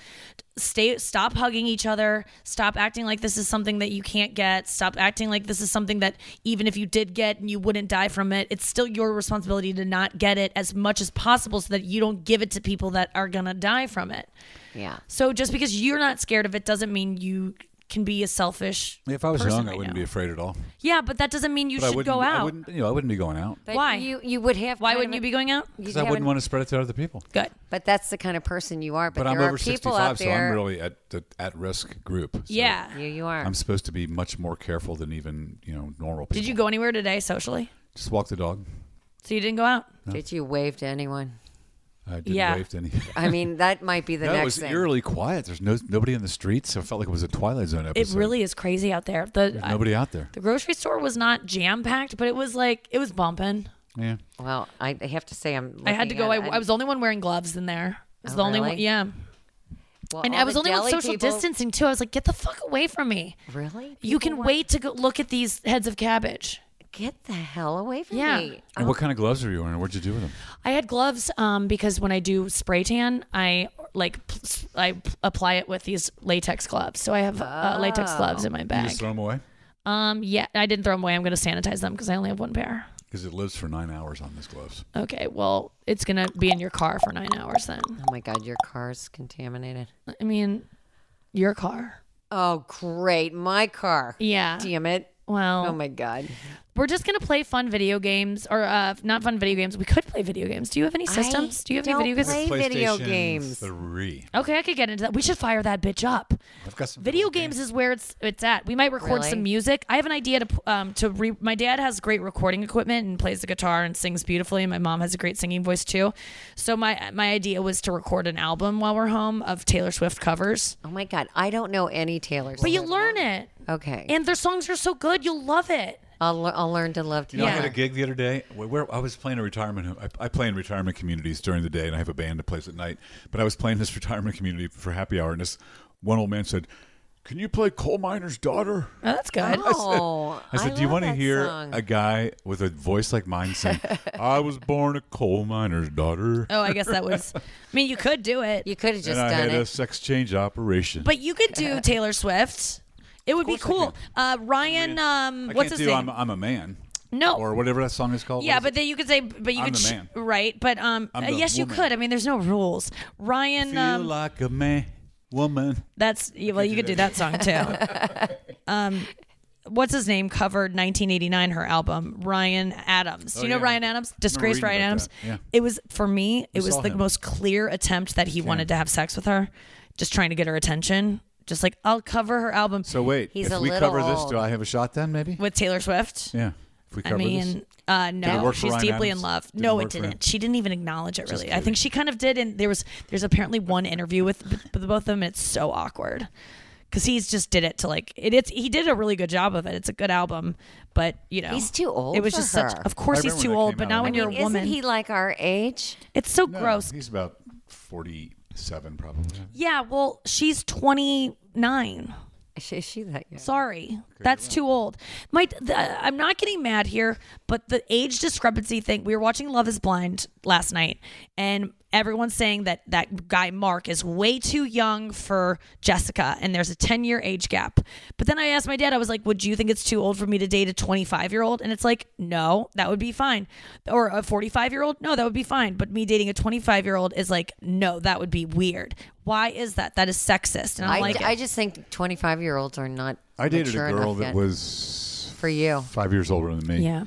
Speaker 3: Stay, stop hugging each other. Stop acting like this is something that you can't get. Stop acting like this is something that even if you did get and you wouldn't die from it, it's still your responsibility to not get it as much as possible so that you don't give it to people that are gonna die from it.
Speaker 5: yeah.
Speaker 3: So just because you're not scared of it doesn't mean you can be a selfish.
Speaker 4: If I was
Speaker 3: person
Speaker 4: young, I
Speaker 3: right
Speaker 4: wouldn't
Speaker 3: now.
Speaker 4: be afraid at all.
Speaker 3: Yeah, but that doesn't mean you
Speaker 4: But I
Speaker 3: should
Speaker 4: wouldn't.
Speaker 3: go
Speaker 4: I
Speaker 3: out.
Speaker 4: wouldn't. You know, I wouldn't be going out
Speaker 5: But
Speaker 3: Why?
Speaker 5: You, you would have.
Speaker 3: Why
Speaker 5: kind of
Speaker 3: wouldn't
Speaker 5: a-
Speaker 3: you be going out?
Speaker 5: you'd
Speaker 4: because I
Speaker 5: have
Speaker 4: wouldn't
Speaker 5: an-
Speaker 4: want to spread it to other people.
Speaker 3: Good.
Speaker 5: But that's the kind of person you are. But,
Speaker 4: But I'm
Speaker 5: there are
Speaker 4: over
Speaker 5: people
Speaker 4: 65,
Speaker 5: out
Speaker 4: so I'm
Speaker 5: there.
Speaker 4: really at the at-risk group. So
Speaker 3: Yeah.
Speaker 5: you, you are.
Speaker 4: I'm supposed to be much more careful than even you know normal people.
Speaker 3: Did you go anywhere today socially?
Speaker 4: just walk the dog?
Speaker 3: So you didn't go out?
Speaker 5: Did you wave to anyone?
Speaker 4: I didn't
Speaker 3: Yeah.
Speaker 4: wave to any.
Speaker 5: I mean, that might be the
Speaker 4: no,
Speaker 5: next
Speaker 4: it was
Speaker 5: thing.
Speaker 4: eerily quiet. There's no nobody in the streets. So it felt like it was a Twilight Zone
Speaker 3: It
Speaker 4: episode.
Speaker 3: really is crazy out there. The I-
Speaker 4: nobody out there.
Speaker 3: the grocery store was not jam packed, but it was like it was bumping.
Speaker 4: Yeah.
Speaker 5: Well, I I have to say, I'm.
Speaker 3: I had to
Speaker 5: looking
Speaker 3: go. I,
Speaker 5: at-
Speaker 3: I was the only one wearing gloves in there. I was
Speaker 5: Oh,
Speaker 3: the only one.
Speaker 5: really?
Speaker 3: Yeah.
Speaker 5: well,
Speaker 3: And
Speaker 5: all
Speaker 3: I was
Speaker 5: the
Speaker 3: the only one
Speaker 5: deli
Speaker 3: social
Speaker 5: people-
Speaker 3: distancing too. I was like, get the fuck away from me.
Speaker 5: Really?
Speaker 3: You
Speaker 5: People
Speaker 3: can
Speaker 5: want-
Speaker 3: wait to go look at these heads of cabbage.
Speaker 5: Get the hell away from
Speaker 3: Yeah.
Speaker 5: me.
Speaker 4: And what kind of gloves are you wearing? What'd you do with them?
Speaker 3: I had gloves um, because when I do spray tan, I like pl- s- I p- apply it with these latex gloves. So I have uh, latex
Speaker 5: Oh.
Speaker 3: gloves in my
Speaker 4: You
Speaker 3: bag.
Speaker 4: just throw them away
Speaker 3: Um, yeah, I didn't throw them away. I'm gonna sanitize them because I only have one pair.
Speaker 4: because it lives for nine hours on these gloves.
Speaker 3: Okay, well, it's gonna be in your car for nine hours then.
Speaker 5: Oh my God, your car's contaminated.
Speaker 3: I mean, your car.
Speaker 5: Oh great, my car.
Speaker 3: Yeah.
Speaker 5: Damn it.
Speaker 3: Well,
Speaker 5: Oh my God.
Speaker 3: we're just gonna play fun video games, or uh, not fun video games. We could play video games. Do you have any systems? do you have any
Speaker 5: don't
Speaker 3: video games?
Speaker 5: play- Hey, video games.
Speaker 4: Three.
Speaker 3: Okay, I could get into that. We should fire that bitch up.
Speaker 4: I've got some
Speaker 3: Video games is where it's it's at. We might record
Speaker 5: Really?
Speaker 3: some music. I have an idea to um to re- my dad has great recording equipment and plays the guitar and sings beautifully. My mom has a great singing voice too. So my my idea was to record an album while we're home of Taylor Swift covers.
Speaker 5: Oh my God. I don't know any Taylor.
Speaker 3: But you learn it.
Speaker 5: Okay.
Speaker 3: And their songs are so good, you'll love it.
Speaker 5: I'll, le- I'll learn to love
Speaker 4: You know, I
Speaker 5: Taylor.
Speaker 4: had a gig the other day where, where I was playing a retirement. home. I, I play in retirement communities during the day, and I have a band that plays at night. But I was playing this retirement community for happy hour, and this one old man said, "Can you play Coal Miner's Daughter?"
Speaker 3: Oh, that's good.
Speaker 5: Oh,
Speaker 4: I said, "Do you
Speaker 5: love
Speaker 4: want to
Speaker 5: that
Speaker 4: hear
Speaker 5: song.
Speaker 4: a guy with a voice like mine sing, I was born a coal miner's daughter,
Speaker 3: Oh, I guess that was. I mean, you could do it.
Speaker 5: You could have just
Speaker 4: and I had
Speaker 5: done
Speaker 4: a
Speaker 5: it.
Speaker 4: sex change operation."
Speaker 3: But you could do Taylor Swift. It would be
Speaker 4: course I
Speaker 3: cool. Uh, Ryan, um,
Speaker 4: I
Speaker 3: what's
Speaker 4: can't
Speaker 3: his
Speaker 4: do
Speaker 3: name?
Speaker 4: I'm, I'm a man."
Speaker 3: No.
Speaker 4: or whatever that song is called.
Speaker 3: Yeah,
Speaker 4: What is
Speaker 3: but
Speaker 4: it?
Speaker 3: then you could say, but you
Speaker 4: I'm
Speaker 3: could,
Speaker 4: the
Speaker 3: sh-
Speaker 4: man.
Speaker 3: right? But um,
Speaker 4: I'm
Speaker 3: uh,
Speaker 4: the
Speaker 3: yes, you
Speaker 4: woman.
Speaker 3: could. I mean, there's no rules. Ryan,
Speaker 4: feel
Speaker 3: um,
Speaker 4: like a man, woman.
Speaker 3: that's yeah, well, you could do that song too. um, what's his name? Covered 1989 her album. Ryan Adams. Do you
Speaker 4: Oh,
Speaker 3: know
Speaker 4: yeah.
Speaker 3: Ryan Adams? Disgraced
Speaker 4: reading
Speaker 3: Ryan
Speaker 4: about
Speaker 3: Adams.
Speaker 4: that, yeah.
Speaker 3: It was for me. It was
Speaker 4: saw
Speaker 3: the
Speaker 4: him.
Speaker 3: most clear attempt that he wanted to have sex with her, just trying to get her attention. Just like I'll cover her album
Speaker 4: So wait,
Speaker 5: He's
Speaker 4: if
Speaker 5: a
Speaker 4: we
Speaker 5: little
Speaker 4: cover this,
Speaker 5: old.
Speaker 4: do I have a shot then? Maybe.
Speaker 3: with Taylor Swift.
Speaker 4: Yeah. If we cover
Speaker 3: I
Speaker 4: this.
Speaker 3: mean, uh, no,
Speaker 4: work for
Speaker 3: she's
Speaker 4: Ryan
Speaker 3: deeply in
Speaker 4: Adams?
Speaker 3: love.
Speaker 4: Did it
Speaker 3: no,
Speaker 4: work
Speaker 3: it
Speaker 4: for him?
Speaker 3: didn't. She didn't even acknowledge it really. I think she kind of did, and there was there's apparently one interview with b- with both of them, and it's so awkward because he's just did it to like it, it's he did a really good job of it. It's a good album, but you know
Speaker 5: He's too old
Speaker 3: It was
Speaker 5: for
Speaker 3: just
Speaker 5: her.
Speaker 3: such. Of course,
Speaker 4: I
Speaker 3: he's
Speaker 4: remember
Speaker 3: too
Speaker 4: when that
Speaker 3: old,
Speaker 4: came
Speaker 3: but
Speaker 4: out.
Speaker 3: now
Speaker 4: I
Speaker 3: when
Speaker 4: mean,
Speaker 3: you're a
Speaker 5: Isn't
Speaker 3: woman,
Speaker 5: he like our age?
Speaker 3: it's so
Speaker 4: No,
Speaker 3: gross.
Speaker 4: He's about 40. seven probably.
Speaker 3: Yeah, well, she's 29.
Speaker 5: Is she, is she that young?
Speaker 3: Sorry, that's too old. My, the, I'm not getting mad here, but the age discrepancy thing. We were watching Love Is Blind last night, and everyone's saying that that guy Mark is way too young for Jessica, and there's a 10 year age gap. But then I asked my dad, I was like, "Would you think it's too old for me to date a 25 year old?" And it's like, "No, that would be fine," or a 45 year old, "No, that would be fine." But me dating a 25 year old is like, "No, that would be weird." Why is that? That is sexist, and I'm
Speaker 5: I,
Speaker 3: like,
Speaker 5: I just think 25 year olds are not.
Speaker 4: I dated
Speaker 5: mature
Speaker 4: a
Speaker 5: enough
Speaker 4: girl that
Speaker 5: yet.
Speaker 4: was
Speaker 5: For you.
Speaker 4: five years older than me.
Speaker 3: "Yeah,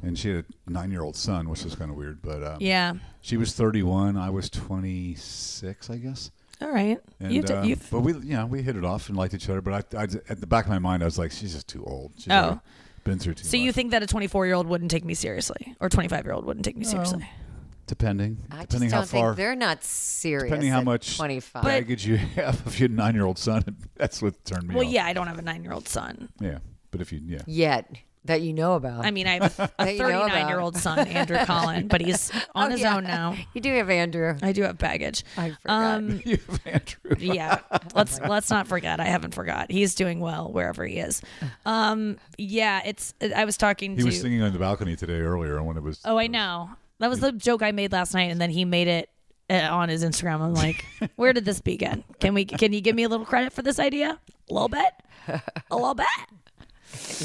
Speaker 4: and she had a nine-year-old son, which was kind of weird. But uh,
Speaker 3: yeah."
Speaker 4: she was 31. I was 26, I guess.
Speaker 3: All right.
Speaker 4: And,
Speaker 3: you d-
Speaker 4: uh,
Speaker 3: you've,
Speaker 4: but we, you know, we hit it off and liked each other. But I, I, at the back of my mind, I was like, she's just too old. She's
Speaker 3: Oh.
Speaker 4: already been through too
Speaker 3: so
Speaker 4: much.
Speaker 3: you think that a 24 year old wouldn't take me seriously, or 25 year old wouldn't take me seriously?
Speaker 4: depending,
Speaker 5: I just
Speaker 4: depending
Speaker 5: don't
Speaker 4: how far,
Speaker 5: think they're not serious.
Speaker 4: depending how
Speaker 5: at
Speaker 4: much
Speaker 5: 25.
Speaker 4: baggage you have of your nine-year-old son, that's what turned me
Speaker 3: Well,
Speaker 4: off.
Speaker 3: yeah, I don't have a nine year old son.
Speaker 4: yeah. But if you, yeah,
Speaker 5: yet that you know about.
Speaker 3: I mean, I have a
Speaker 5: That you know
Speaker 3: 39 year old son, Andrew Collin, but he's on
Speaker 5: Oh,
Speaker 3: his
Speaker 5: yeah.
Speaker 3: own now.
Speaker 5: You do have Andrew.
Speaker 3: I do have baggage. Um,
Speaker 5: I forgot.
Speaker 4: you have Andrew.
Speaker 3: yeah let's let's not forget i haven't forgot he's doing well wherever he is um yeah it's i was talking
Speaker 4: He
Speaker 3: to
Speaker 4: was singing on the balcony today earlier when it was.
Speaker 3: oh i know that was the joke i made last night and then he made it uh, on his instagram i'm like where did this begin can we can you give me a little credit for this idea a little bit a little bit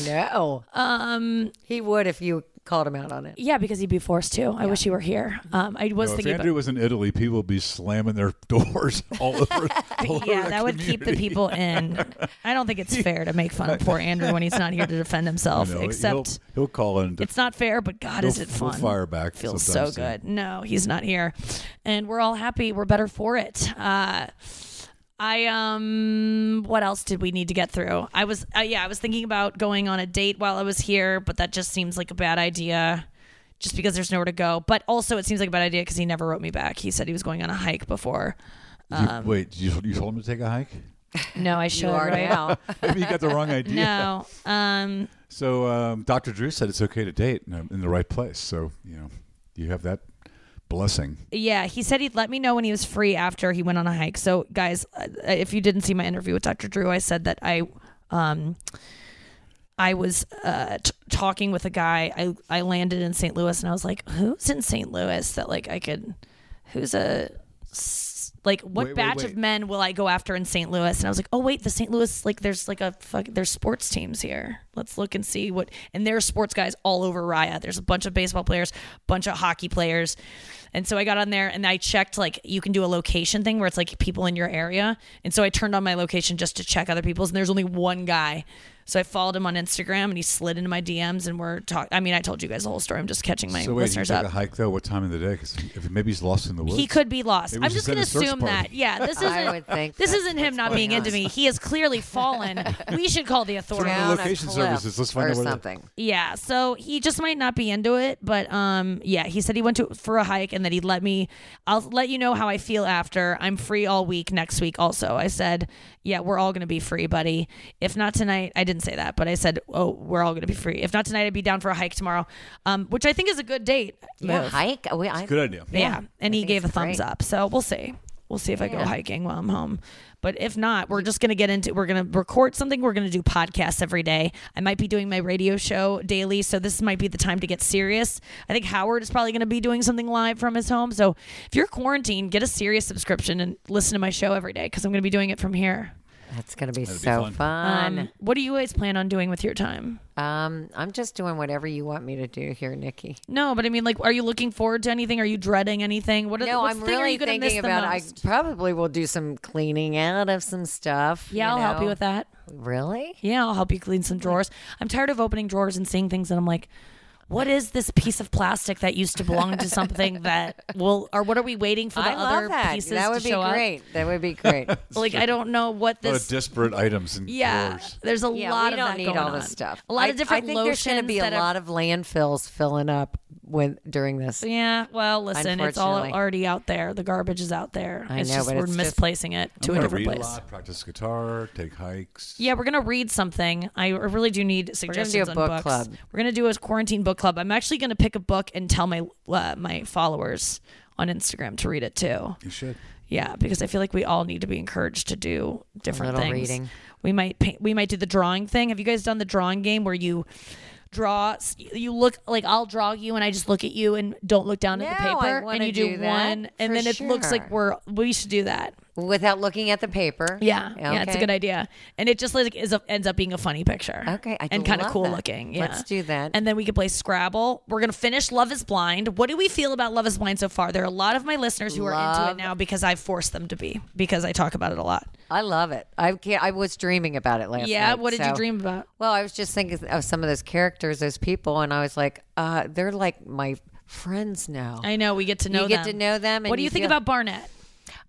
Speaker 5: no. Um, he would if you called him out on it.
Speaker 3: yeah because he'd be forced to i wish he were here um i was
Speaker 4: So if
Speaker 3: thinking
Speaker 4: Andrew
Speaker 3: about
Speaker 4: was in Italy, people would be slamming their doors all over. all over
Speaker 3: yeah,
Speaker 4: the
Speaker 3: that would keep the
Speaker 4: community.
Speaker 3: people in. I don't think it's fair to make fun of poor Andrew when he's not here to defend himself.
Speaker 4: You know,
Speaker 3: except
Speaker 4: he'll, he'll call in.
Speaker 3: It's not fair, but God,
Speaker 4: We'll-
Speaker 3: is it
Speaker 4: we'll
Speaker 3: fun?
Speaker 4: fire back
Speaker 3: Feels so
Speaker 4: sometime soon.
Speaker 3: good. No, he's not here, and we're all happy. We're better for it. Uh, I um, what else did we need to get through? I was uh, yeah, I was thinking about going on a date while I was here, but that just seems like a bad idea. Just because there's nowhere to go, but also it seems like a bad idea because he never wrote me back. He said he was going on a hike before.
Speaker 4: You-
Speaker 3: um,
Speaker 4: wait, you, you told him to take a hike?
Speaker 3: No, I should.
Speaker 5: You are
Speaker 3: right?
Speaker 5: now.
Speaker 4: Maybe you got the wrong idea.
Speaker 3: No, um,
Speaker 4: So um, Dr. Drew said it's okay to date in, in the right place. So you know, you have that blessing.
Speaker 3: Yeah, he said he'd let me know when he was free after he went on a hike. So, guys, uh, if you didn't see my interview with Dr. Drew, I said that I, um, I was uh, t- talking with a guy. I I landed in St. Louis, and I was like, "Who's in St. Louis that like I could? Who's a s- like what
Speaker 4: Wait, wait,
Speaker 3: batch of
Speaker 4: wait.
Speaker 3: men will I go after in St. Louis?" And I was like, "Oh wait, the St. Louis like there's like a fuck there's sports teams here. Let's look and see what and there's sports guys all over Raya. There's a bunch of baseball players, bunch of hockey players." And so I got on there and I checked like you can do a location thing where it's like people in your area. And so I turned on my location just to check other people's and there's only one guy so I followed him on Instagram and he slid into my DMs and we're talking. I mean, I told you guys the whole story. I'm just catching my
Speaker 4: so wait, you
Speaker 3: listeners
Speaker 4: took a
Speaker 3: up.
Speaker 4: hike though. What time of the day? 'Cause if maybe he's lost in the woods.
Speaker 3: He could be lost.
Speaker 4: Maybe we
Speaker 3: I'm
Speaker 4: should
Speaker 3: just going to
Speaker 4: send a search
Speaker 3: assume
Speaker 4: party.
Speaker 3: that. Yeah, this isn't.
Speaker 5: I would think
Speaker 3: this
Speaker 5: that's
Speaker 3: isn't him
Speaker 5: what's
Speaker 3: not being
Speaker 5: going
Speaker 3: into
Speaker 5: on.
Speaker 3: me. He has clearly fallen. we should call the authorities.
Speaker 5: Down a
Speaker 4: location
Speaker 5: cliff
Speaker 4: services. Let's find
Speaker 5: or
Speaker 4: out what it-
Speaker 5: something.
Speaker 3: Yeah, so he just might not be into it, but um, yeah, he said he went to for a hike and that he'd let me. I'll let you know how I feel after. I'm free all week next week. Also, I said, yeah, we're all gonna be free, buddy. If not tonight, I didn't say that, but I said, oh, we're all gonna be free. If not tonight, I'd be down for a hike tomorrow, um, which I think is a good date.
Speaker 5: Yeah,
Speaker 3: move.
Speaker 5: hike. Oh, We, I,
Speaker 4: Good idea.
Speaker 3: Yeah, and he
Speaker 5: think
Speaker 3: gave a
Speaker 5: it's
Speaker 3: thumbs
Speaker 5: great.
Speaker 3: up. So we'll see. We'll see if I go
Speaker 5: Yeah.
Speaker 3: hiking while I'm home. But if not, we're just going to get into we're going to record something. We're going to do podcasts every day. I might be doing my radio show daily, so this might be the time to get serious. I think Howard is probably going to be doing something live from his home. So if you're quarantined, get a serious subscription and listen to my show every day cuz I'm going to be doing it from here.
Speaker 5: that's going to be so
Speaker 4: fun.
Speaker 5: fun.
Speaker 3: Um, what do you guys plan on doing with your time?
Speaker 5: Um, I'm just doing whatever you want me to do here, Nikki.
Speaker 3: No, but I mean like are you looking forward to anything? Are you dreading anything? What are
Speaker 5: No,
Speaker 3: what
Speaker 5: I'm
Speaker 3: thing are
Speaker 5: really
Speaker 3: you gonna miss
Speaker 5: thinking
Speaker 3: the
Speaker 5: about. I
Speaker 3: most?
Speaker 5: probably will do some cleaning out of some stuff.
Speaker 3: yeah, I'll help you
Speaker 5: know.
Speaker 3: with that.
Speaker 5: Really?
Speaker 3: Yeah, I'll help you clean some drawers. I'm tired of opening drawers and seeing things and I'm like, what is this piece of plastic that used to belong to something that will or what are we waiting for the
Speaker 5: I
Speaker 3: other
Speaker 5: love that.
Speaker 3: pieces
Speaker 5: That
Speaker 3: to
Speaker 5: would be
Speaker 3: show up?
Speaker 5: great. That would be great.
Speaker 3: Like I don't know what
Speaker 4: A lot of
Speaker 3: this
Speaker 4: disparate items and
Speaker 3: yeah,
Speaker 4: drawers.
Speaker 3: there's a
Speaker 5: yeah,
Speaker 3: lot
Speaker 5: we
Speaker 3: of
Speaker 5: don't
Speaker 3: that
Speaker 5: need
Speaker 3: going
Speaker 5: all
Speaker 3: on.
Speaker 5: this stuff.
Speaker 3: A lot of
Speaker 5: I-
Speaker 3: different
Speaker 5: I think there's going to be a
Speaker 3: lotions that are-
Speaker 5: lot of landfills filling up with during this.
Speaker 3: yeah, well, listen, it's all
Speaker 5: Unfortunately.
Speaker 3: already out there. The garbage is out there.
Speaker 5: I
Speaker 3: it's
Speaker 5: know,
Speaker 3: just
Speaker 5: but
Speaker 3: we're
Speaker 5: it's just-
Speaker 3: misplacing it to
Speaker 4: I'm
Speaker 3: a
Speaker 4: gonna
Speaker 3: different
Speaker 4: read
Speaker 3: place.
Speaker 4: a lot, practice guitar, take hikes.
Speaker 3: Yeah, we're gonna read something. I really do need suggestions
Speaker 5: do
Speaker 3: on
Speaker 5: a book
Speaker 3: books.
Speaker 5: club.
Speaker 3: We're gonna do a quarantine book club. I'm actually gonna pick a book and tell my uh, my followers on Instagram to read it too.
Speaker 4: You should.
Speaker 3: Yeah, because I feel like we all need to be encouraged to do different
Speaker 5: little
Speaker 3: things.
Speaker 5: reading.
Speaker 3: We might paint, we might do the drawing thing. Have you guys done the drawing game where you draw you look like I'll draw you and I just look at you and don't look down at the
Speaker 5: No, I
Speaker 3: paper and
Speaker 5: wanna
Speaker 3: you do,
Speaker 5: do that
Speaker 3: one and
Speaker 5: for
Speaker 3: then it looks like
Speaker 5: sure.
Speaker 3: we're we should do that.
Speaker 5: without looking at the paper.
Speaker 3: Yeah, yeah, it's a
Speaker 5: Okay.
Speaker 3: good idea, and it just like is a, ends up being a funny picture.
Speaker 5: Okay, I
Speaker 3: and kind of
Speaker 5: love
Speaker 3: cool
Speaker 5: that.
Speaker 3: looking. Yeah,
Speaker 5: Let's do that.
Speaker 3: And then we could play Scrabble. We're gonna finish Love Is Blind. What do we feel about Love Is Blind so far? There are a lot of my listeners who are into
Speaker 5: Love-
Speaker 3: it now because I forced them to be because I talk about it a lot.
Speaker 5: I love it. I can't, I was dreaming about it last night.
Speaker 3: yeah, what did
Speaker 5: so-
Speaker 3: you dream about?
Speaker 5: Well, I was just thinking of some of those characters, those people, and I was like, uh, they're like my friends now.
Speaker 3: I know we get to know
Speaker 5: get
Speaker 3: them.
Speaker 5: to know them and
Speaker 3: what do
Speaker 5: you
Speaker 3: you think
Speaker 5: feel-
Speaker 3: about Barnett?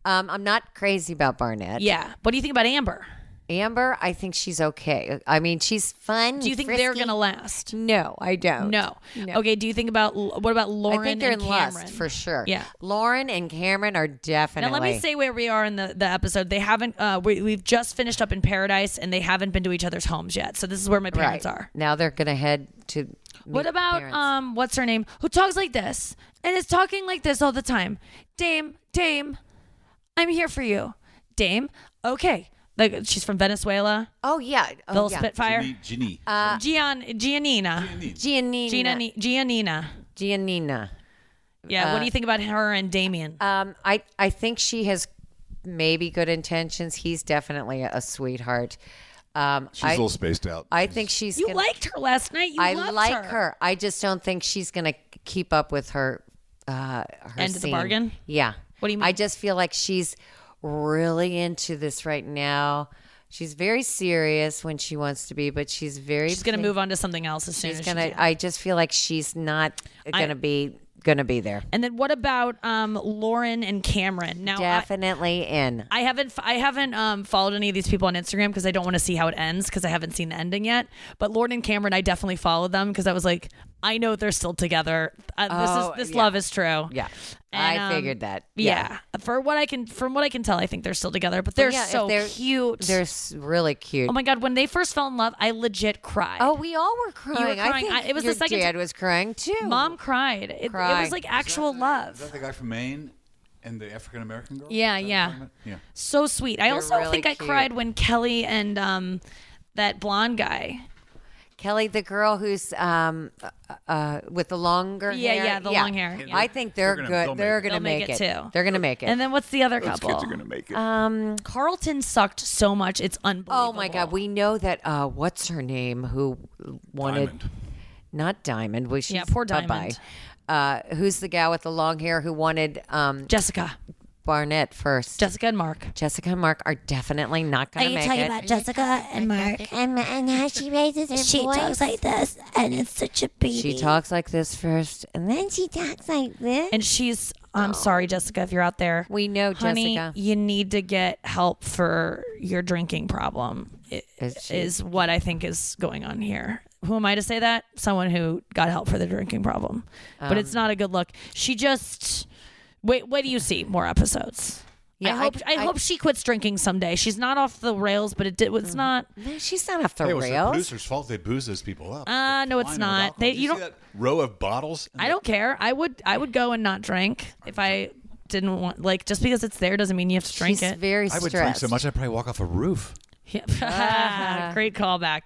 Speaker 5: Um, I'm not crazy about Barnett.
Speaker 3: Yeah. What do you think about Amber?
Speaker 5: Amber, I think she's okay. I mean, she's fun.
Speaker 3: Do you think they're gonna last?
Speaker 5: No, I don't.
Speaker 3: No. Okay. Do you think about what about Lauren?
Speaker 5: I think they're
Speaker 3: and
Speaker 5: in
Speaker 3: Cameron?
Speaker 5: lust for sure.
Speaker 3: Yeah.
Speaker 5: Lauren and Cameron are definitely.
Speaker 3: Now let me say where we are in the, the episode. They haven't. Uh, we, we've just finished up in Paradise, and they haven't been to each other's homes yet. So this is where my
Speaker 5: right
Speaker 3: parents are.
Speaker 5: now they're gonna head to.
Speaker 3: What
Speaker 5: meet
Speaker 3: about
Speaker 5: parents.
Speaker 3: um? What's her name? Who talks like this and is talking like this all the time? Dame, Dame, I'm here for you, Dame. Okay, like she's from Venezuela,
Speaker 5: Oh yeah. Oh,
Speaker 3: Bill
Speaker 5: yeah. Uh,
Speaker 3: Spitfire,
Speaker 4: Ginny, Ginny.
Speaker 3: Uh, Gian, Giannina,
Speaker 5: Giannina. Uh,
Speaker 3: Giannina, Giannina.
Speaker 5: Giannina.
Speaker 3: Yeah. what do you think about her and Damien?
Speaker 5: Um, I I think she has maybe good intentions. He's definitely a, sweetheart. Um,
Speaker 4: She's a
Speaker 5: I
Speaker 4: little spaced out.
Speaker 5: I think she's.
Speaker 3: you
Speaker 5: gonna,
Speaker 3: liked her last night. You
Speaker 5: I
Speaker 3: loved
Speaker 5: like her. I just don't think she's gonna keep up with her. Uh, her
Speaker 3: End of the
Speaker 5: scene.
Speaker 3: bargain?
Speaker 5: Yeah.
Speaker 3: What do you
Speaker 5: I
Speaker 3: mean?
Speaker 5: just feel like she's really into this right now. She's very serious when she wants to be, but she's very.
Speaker 3: She's gonna move on to something else as soon
Speaker 5: She's
Speaker 3: as
Speaker 5: gonna.
Speaker 3: she can.
Speaker 5: I just feel like she's not gonna be gonna be there.
Speaker 3: And then what about um, Lauren and Cameron? Now, I,
Speaker 5: Definitely in.
Speaker 3: I haven't I haven't um, followed any of these people on Instagram because I don't want to see how it ends because I haven't seen the ending yet. But Lauren and Cameron, I definitely followed them because I was like, I know they're still together. Uh,
Speaker 5: Oh,
Speaker 3: this is this
Speaker 5: yeah.
Speaker 3: love is true.
Speaker 5: Yeah,
Speaker 3: And,
Speaker 5: I
Speaker 3: um,
Speaker 5: figured that.
Speaker 3: Yeah. for what I can, from what I can tell, I think they're still together. But they're
Speaker 5: Yeah, if
Speaker 3: so
Speaker 5: they're-
Speaker 3: cute.
Speaker 5: They're s- really cute.
Speaker 3: oh my god, when they first fell in love, I legit cried.
Speaker 5: Oh, we all were crying. I
Speaker 3: crying.
Speaker 5: think
Speaker 3: I- it was the
Speaker 5: your
Speaker 3: second
Speaker 5: dad
Speaker 3: ti-
Speaker 5: was crying too.
Speaker 3: mom cried. It, it was
Speaker 5: Cried.
Speaker 3: like actual
Speaker 4: Is
Speaker 3: love.
Speaker 4: that the guy from Maine and the African American girl?
Speaker 3: Yeah,
Speaker 4: Is that what
Speaker 3: yeah.
Speaker 4: you're talking about? Yeah.
Speaker 3: So sweet. I also
Speaker 5: really
Speaker 3: think I
Speaker 5: cute.
Speaker 3: cried when Kelly and um, that blonde guy.
Speaker 5: Kelly, the girl who's um, uh, uh, with the longer
Speaker 3: Yeah,
Speaker 5: hair.
Speaker 3: yeah, the long hair. Yeah.
Speaker 5: I think they're,
Speaker 4: They're gonna- they'll
Speaker 5: good. They're
Speaker 4: make it.
Speaker 5: going to
Speaker 3: They'll
Speaker 5: make, it.
Speaker 3: too.
Speaker 5: They're going to make it.
Speaker 3: And then what's the other
Speaker 4: Those
Speaker 3: couple?
Speaker 4: kids are going to make
Speaker 3: Uh,
Speaker 4: it.
Speaker 3: Carlton sucked so much. It's unbelievable.
Speaker 5: oh my God, we know that. Uh, what's her name? Who wanted?
Speaker 4: Diamond.
Speaker 5: Not Diamond. Was she?
Speaker 3: Yeah, poor Diamond.
Speaker 5: Bye bye. Uh, who's the gal with the long hair who wanted um,
Speaker 3: Jessica,
Speaker 5: Barnett first?
Speaker 3: Jessica and Mark.
Speaker 5: Jessica and Mark are definitely not going to make it.
Speaker 6: Jessica and Mark. And, and how she raises her she voice. talks like this, and it's such a baby.
Speaker 5: she talks like this first, and then
Speaker 6: And she talks like this.
Speaker 3: And she's. I'm sorry, Jessica, if you're out there.
Speaker 5: Oh. we know
Speaker 3: Honey,
Speaker 5: Jessica.
Speaker 3: you need to get help for your drinking problem. i-
Speaker 5: Is
Speaker 3: Is,
Speaker 5: she-
Speaker 3: what I think is going on here. Who am I to say that? Someone who got help for their drinking problem, but
Speaker 5: Um,
Speaker 3: it's not a good look. She just wait. What do you see? More episodes.
Speaker 5: Yeah,
Speaker 3: I
Speaker 5: I-
Speaker 3: hope. I,
Speaker 5: I-
Speaker 3: hope she quits drinking someday. She's not off the rails, but it did, it's
Speaker 5: Mm-hmm.
Speaker 3: not.
Speaker 5: No, she's not off the
Speaker 4: Hey, it was the
Speaker 5: rails.
Speaker 4: producer's fault they booze those people up.
Speaker 3: Uh, no, it's
Speaker 4: Line with
Speaker 3: not.
Speaker 4: alcohol.
Speaker 3: They-
Speaker 4: Did
Speaker 3: you
Speaker 4: you
Speaker 3: don't-
Speaker 4: see that row of bottles. And
Speaker 3: I
Speaker 4: the-
Speaker 3: don't care. I would. I would go and not drink if I didn't want. Like just because it's there doesn't mean you have to drink
Speaker 5: She's
Speaker 3: it.
Speaker 5: very
Speaker 4: I
Speaker 5: stressed.
Speaker 4: would drink so much I'd probably walk off a roof.
Speaker 3: Yeah. Great callback.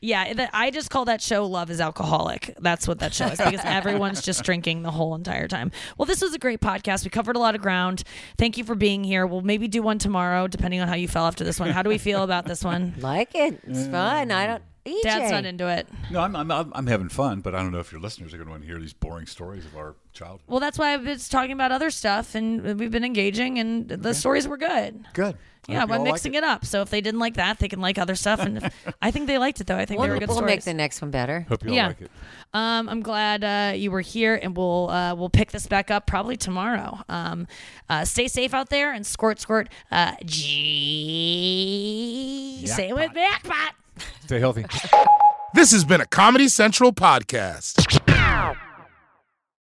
Speaker 3: Yeah, that- I just call that show Love is Alcoholic. That's what that show is because everyone's just drinking the whole entire time. Well, this was a great podcast. We covered a lot of ground. Thank you for being here. We'll maybe do one tomorrow, depending on how you fell after this one. How do we feel about this one?
Speaker 5: Like it.
Speaker 4: Mm.
Speaker 5: It's fun. I don't. E EJ.
Speaker 3: Dad's not into it.
Speaker 4: No, I'm, I'm, I'm, I'm having fun, but I don't know if your listeners are going to want to hear these boring stories of our childhood.
Speaker 3: Well, that's why I've been talking about other stuff, and we've been engaging, and the stories were good.
Speaker 4: Good. I
Speaker 3: Yeah,
Speaker 4: hope you
Speaker 3: but
Speaker 4: all like
Speaker 3: mixing it. up. So if they didn't like that, they can like other stuff. And if, I think they liked it though. I think
Speaker 5: We'll,
Speaker 3: they were good
Speaker 5: we'll
Speaker 3: stories.
Speaker 5: make the next one better.
Speaker 4: Hope you all
Speaker 3: Yeah.
Speaker 4: like it.
Speaker 3: Um, I'm glad uh, you were here, and we'll uh, we'll pick this back up probably tomorrow. Um, uh, stay safe out there, and squirt, squirt. Uh, G. Say it with me, Jackpot.
Speaker 4: Stay healthy.
Speaker 2: This has been a Comedy Central podcast.